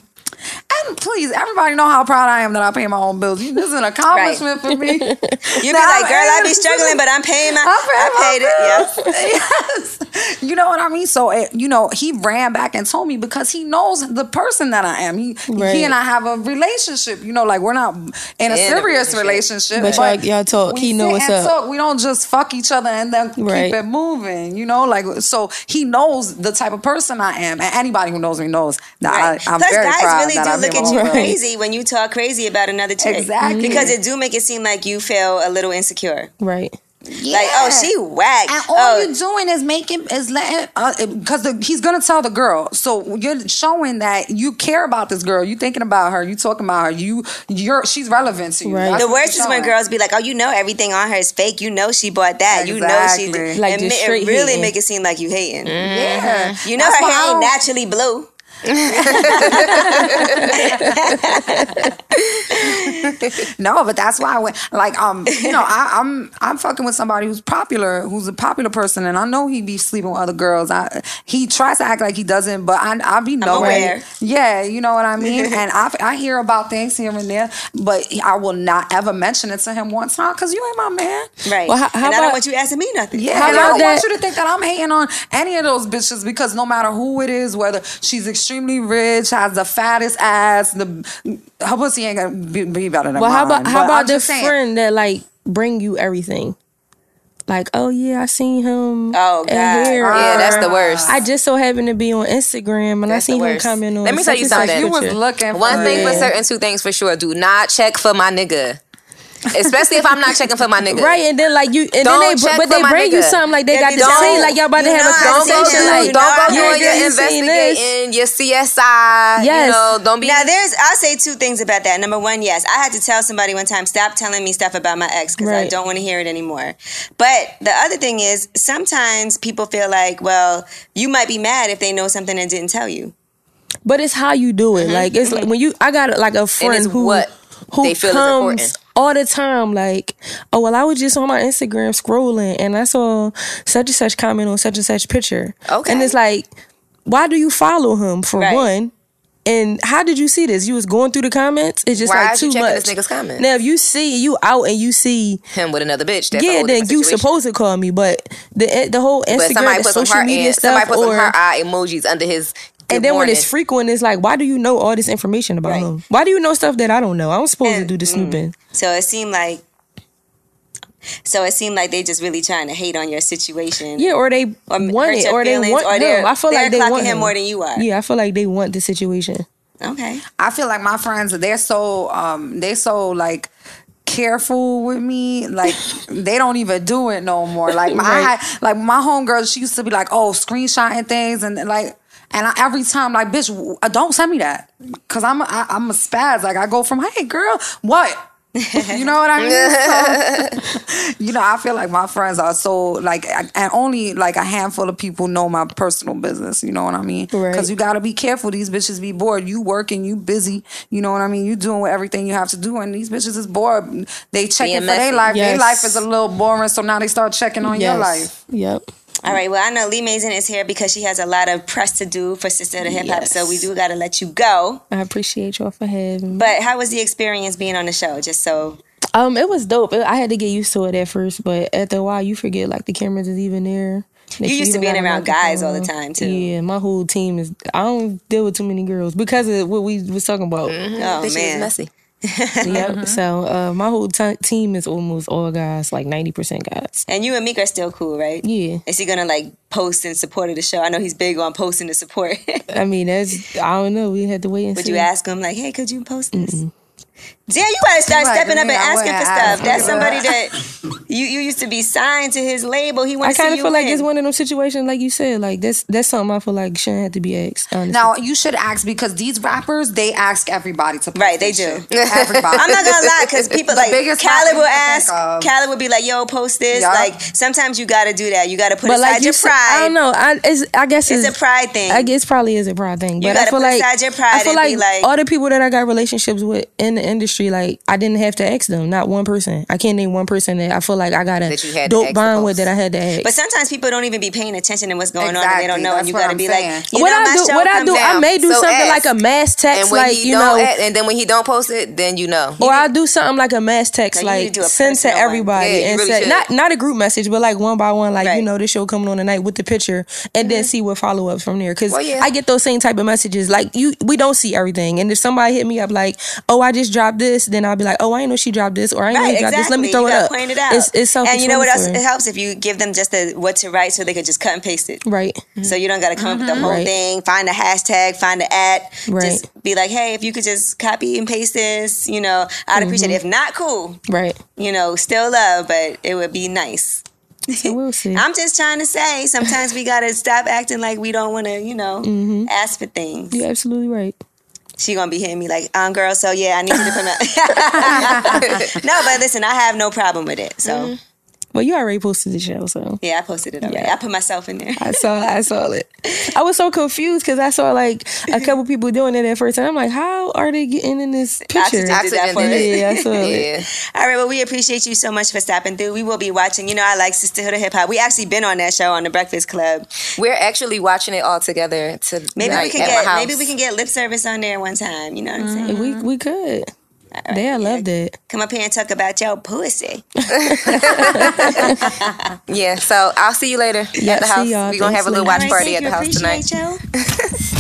S2: And please, everybody know how proud I am that I pay my own bills. This is an accomplishment for me.
S1: You be
S2: Now
S1: like,
S2: I'm
S1: girl, I be
S2: angry.
S1: struggling, but I'm paying my.
S2: I'm paying my
S1: I paid it. Yeah.
S2: yes. You know what I mean? So, it, you know, he ran back and told me because he knows the person that I am. He,
S4: Right.
S2: he and I have a relationship. You know, like we're not in a
S3: a
S2: serious
S3: relationship.
S2: relationship.
S4: But y'all- y'all talk.
S2: we
S4: He know
S2: sit
S4: what's
S2: and
S4: up.
S2: Talk. We don't just fuck each other and then
S4: Right.
S2: keep it moving. You know, like, so he knows the type of person I am. And anybody who knows me knows that
S1: Right.
S2: I, I'm
S1: Plus,
S2: very proud
S1: guys really
S2: that
S1: do
S2: I
S1: look
S2: pay
S1: at
S2: my
S1: you
S2: own bills.
S1: crazy when you talk crazy about another chick.
S2: Exactly.
S1: Because it do make it seem like you feel a little insecure.
S4: right.
S1: Like, oh,
S2: Yeah.
S1: she whack.
S2: And all
S1: oh,
S2: you're doing is making is letting because he's gonna tell the girl. So you're showing that you care about this girl. You thinking about her. You talking about her. You you're she's relevant to you.
S4: Right.
S2: That's
S1: the
S2: what
S1: worst
S2: you're
S1: is when
S2: showing.
S1: girls be like, "Oh, you know everything on her is fake. You know she bought that. You know she
S2: Exactly. Mm.
S1: did."
S4: Like,
S1: and
S4: just
S1: ma- it
S4: straight
S1: really
S4: hating.
S1: make it seem like you hating.
S2: Yeah.
S1: Mm-hmm. You know
S2: That's
S1: her
S2: why I
S1: hair ain't
S2: don't-
S1: naturally blue.
S2: No, but that's why I went. Like, um, you know, I, I'm I'm fucking with somebody who's popular, who's a popular person, and I know he be sleeping with other girls. I he tries to act like he doesn't, but I I be knowing.
S1: aware.
S2: Yeah, you know what I mean. and I I hear about things here and there, but I will not ever mention it to him one time because you ain't my man.
S1: Right.
S4: Well, how-
S1: and
S4: how
S1: I
S4: about-
S1: don't want you asking me nothing.
S2: Yeah,
S4: How
S2: and I
S4: about
S2: don't want
S4: that-
S2: you to think that I'm hating on any of those bitches because no matter who it is, whether she's extremely rich, has the fattest ass, the her pussy ain't gonna be, be better than
S4: Well, how
S2: mine.
S4: about how
S2: But
S4: about
S2: I'm
S4: the
S2: just saying,
S4: friend that like bring you everything? Like, oh yeah, I seen him.
S1: Oh,
S4: at
S1: God.
S4: here.
S3: Yeah, that's the worst.
S4: I just so happened to be on Instagram
S3: That's
S4: and I
S3: the
S4: seen him
S3: worst.
S4: comment on.
S3: Let me tell you
S4: such and such
S3: something.
S2: You was
S4: picture.
S2: looking
S3: One
S2: for
S3: thing
S2: it.
S3: for certain, two things for sure. Do not check for my nigga, especially if I'm not checking for my nigga.
S4: Right, and then like you, and
S3: Don't
S4: then they,
S3: check
S4: but
S3: for
S4: they
S3: my
S4: bring you
S3: nigga.
S4: something like they
S1: If
S4: got
S1: you
S4: to
S1: don't-
S4: say like y'all about to
S1: you
S4: have
S1: know
S4: a
S1: I
S3: Don't go,
S1: seen
S4: conversation.
S1: it.
S4: Like,
S1: You
S3: don't
S1: know
S3: go
S1: I
S3: doing
S1: heard
S3: your
S1: you
S4: seen
S3: investigation, your CSI.
S4: Yes.
S3: You know, don't be.
S1: Now there's I'll say two things about that. Number one, yes, I had to tell somebody one time, stop telling me stuff about my ex because I
S4: Right.
S1: don't want to hear it anymore. But the other thing is sometimes people feel like, well, you might be mad if they know something and didn't tell you.
S4: But it's how you do it. Like it's like when you I got like a friend
S3: Mm-hmm. it's
S4: who
S3: what
S4: who
S3: they feel is
S4: comes
S3: important.
S4: all the time like, oh well I was just on my Instagram scrolling and I saw such and such comment on such and such picture.
S3: Okay.
S4: And it's like, why do you follow him for
S1: Right.
S4: one? And how did you see this? You was going through the comments. It's just
S3: Why
S4: like
S3: is
S4: too
S3: you checking
S4: much.
S3: this nigga's comments?
S4: Now if you see you out and you see
S3: him with another bitch. That's a
S4: yeah,
S3: whole
S4: then
S3: different
S4: you
S3: situation.
S4: supposed to call me, but the the whole
S3: But
S4: Instagram,
S3: somebody
S4: the
S3: put some
S4: social
S3: heart
S4: media
S3: in.
S4: stuff,
S3: Somebody put
S4: or
S3: some heart eye emojis under his. good
S4: and then when
S3: morning.
S4: it's frequent, it's like, why do you know all this information about
S1: Right.
S4: him? Why do you know stuff that I don't know? I'm supposed
S1: And- mm.
S4: to do the snooping.
S1: So it seemed like so it seemed like they just really trying to hate on your situation.
S4: Yeah, or they
S1: m-
S4: want
S1: Um, hurt
S4: it,
S1: your
S4: or they
S1: feelings,
S4: want
S1: or
S4: him.
S1: they're-
S4: I feel
S1: they're
S4: like they
S1: clocking
S4: want
S1: him
S4: him
S1: more than you are.
S4: Yeah, I feel like they want the situation.
S1: Okay.
S2: I feel like my friends, they're so um they so like careful with me like they don't even do it no more like my I
S4: Right.
S2: had- like my homegirl she used to be like oh screenshotting things and like and I, every time like bitch w- uh, don't send me that because i'm a, I, i'm a spaz like i go from hey girl what you know what i mean So, you know i feel like my friends are so like I- and only like a handful of people know my personal business you know what i mean
S4: Right.
S2: because you gotta be careful these bitches be bored you working you busy you know what i mean you doing what everything you have to do and these bitches is bored they checking
S3: Being
S2: for their
S3: messy.
S2: life their
S4: Yes.
S2: life is a little boring so now they start checking on your life
S4: Yep.
S1: All right. Well, I know Lee Mason is here because she has a lot of press to do for Sisterhood of Hip Hop,
S4: Yes.
S1: so we do got to let you go.
S4: I appreciate y'all for having me.
S1: But how was the experience being on the show? Just so
S4: Um, it was dope. It- I had to get used to it at first, but after a while, you forget like the cameras is even there. That
S1: You used to
S4: even
S1: being
S4: got a
S1: around guys all the
S4: microphone.
S1: time, too.
S4: Yeah, my whole team is. I don't deal with too many girls because of what we was talking about.
S1: oh
S3: This shit is
S1: man,
S3: messy.
S1: Mm-hmm.
S4: Yep. So uh, my whole t- team is almost all guys, like ninety percent guys.
S1: And you and Meek are still cool, right?
S4: Yeah.
S1: Is he gonna like post in support of the show? I know he's big on posting to support.
S4: I mean, that's I don't know. We had to wait and
S1: Would
S4: see.
S1: you ask him like, hey, could you post this? Damn, you gotta start
S2: Right,
S1: stepping up and
S2: yeah, I
S1: asking for
S2: wouldn't
S1: stuff.
S2: ask.
S1: That's somebody that you, you used to be signed to his label. He
S4: I
S1: wants to see
S4: kind
S1: you
S4: of feel like
S1: win.
S4: it's one of those situations, like you said, like that's that's something I feel like shouldn't have to be asked. Honestly.
S2: now you should ask because these rappers they ask everybody to post
S1: Right, they
S2: their
S1: do.
S2: shit. everybody
S1: I'm not gonna lie, because people like
S2: biggest
S1: Khaled
S2: rapper
S1: will
S2: you can
S1: ask.
S2: think of.
S1: Khaled will be like, "Yo, post this."
S2: Yup.
S1: Like sometimes you gotta do that. You gotta put
S4: but
S1: aside
S4: like you
S1: your
S4: said, I
S1: pride.
S4: don't know. I it's, I guess
S1: It's a pride thing.
S4: I guess probably is a pride thing. But
S1: gotta
S4: I feel
S1: put
S4: like
S1: aside your pride
S4: I feel
S1: and be
S4: like,
S1: like-
S4: all the people that I got relationships with in the industry, like I didn't have to ask them. Not one person. I can't name one person that I feel like I got a
S3: That you had to ask
S4: dope
S3: to
S4: bond with
S3: post.
S4: that I had to ask.
S1: But sometimes people don't even be paying attention to what's going on, and they
S2: Exactly.
S1: don't know. and
S2: That's
S1: you
S2: what
S1: gotta
S2: I'm
S1: be
S2: saying.
S1: like, you
S4: what
S1: know,
S4: I
S1: my
S4: do,
S1: show
S4: what I
S1: comes
S4: do,
S1: out.
S4: I may do
S3: So
S4: something
S3: ask.
S4: like a mass
S3: And
S4: text,
S3: when
S4: like
S3: he
S4: you
S3: don't,
S4: know,
S3: act- and then when he don't post it, then you know.
S4: or I do something like a mass text,
S1: No, you need
S4: like
S1: to do a
S4: send to
S1: personal one.
S4: everybody
S3: Yeah, you
S4: and
S3: really
S4: say
S3: should.
S4: not not a group message, but like one by one, like
S1: Right. Mm-hmm.
S4: you know, this show coming on tonight with the picture, and then see what follow ups from there. Because
S3: Well, yeah.
S4: I get those same type of messages, like you, we don't see everything, and if somebody hit me up like, oh, I just dropped this, then I'll be like, oh, I ain't know she dropped this, or I ain't know
S1: Right,
S4: he dropped
S1: exactly.
S4: this. Let me throw
S1: you
S4: it
S1: gotta
S4: up.
S1: Point it out.
S4: It's, it's self
S1: and you know what else? It helps if you give them just the what to write, so they could just cut and paste it.
S4: Right.
S1: So you don't got to come up with the whole
S4: Mm-hmm. Right.
S1: thing. Find a hashtag. Find the at. Just
S4: Right.
S1: be like, hey, if you could just copy and paste this, you know, I'd appreciate it.
S4: Mm-hmm.
S1: If not, cool.
S4: Right.
S1: You know, still love, but it would be nice.
S4: So we'll see.
S1: I'm just trying to say, sometimes we gotta stop acting like we don't want to, you know,
S4: Mm-hmm.
S1: ask for things.
S4: You're absolutely right.
S1: She gonna be hitting me like, um, girl. So yeah, I need you to come out. no, but listen, I have no problem with it. So
S4: Well, you already posted the show, so
S1: Yeah, I posted it already.
S4: Yeah.
S1: I put myself in there.
S4: I saw I saw it. I was so confused because I saw like a couple people doing it at first, and I'm like, how are they getting in this picture?
S1: Oxygen did that
S3: Oxygen
S1: for us.
S3: did it.
S4: Yeah, I saw it.
S3: Yeah.
S1: All right, well, we appreciate you so much for stopping through. We will be watching. You know, I like Sisterhood of Hip Hop. We actually been on that show on the Breakfast Club.
S3: We're actually watching it all together to
S1: Maybe we
S3: like,
S1: can
S3: at my
S1: get
S3: house.
S1: maybe we can get lip service on there one time. You know what I'm saying?
S4: We we could. They, I loved it.
S1: Come up here and talk about your pussy.
S3: Yeah, so I'll see you later at the
S4: see
S3: house.
S4: y'all.
S3: We're gonna have
S4: Thanks,
S3: a
S1: All
S3: little watch
S4: ladies.
S1: right,
S3: party
S1: thank
S3: at
S1: you.
S3: the house
S1: Appreciate
S3: tonight.
S1: you.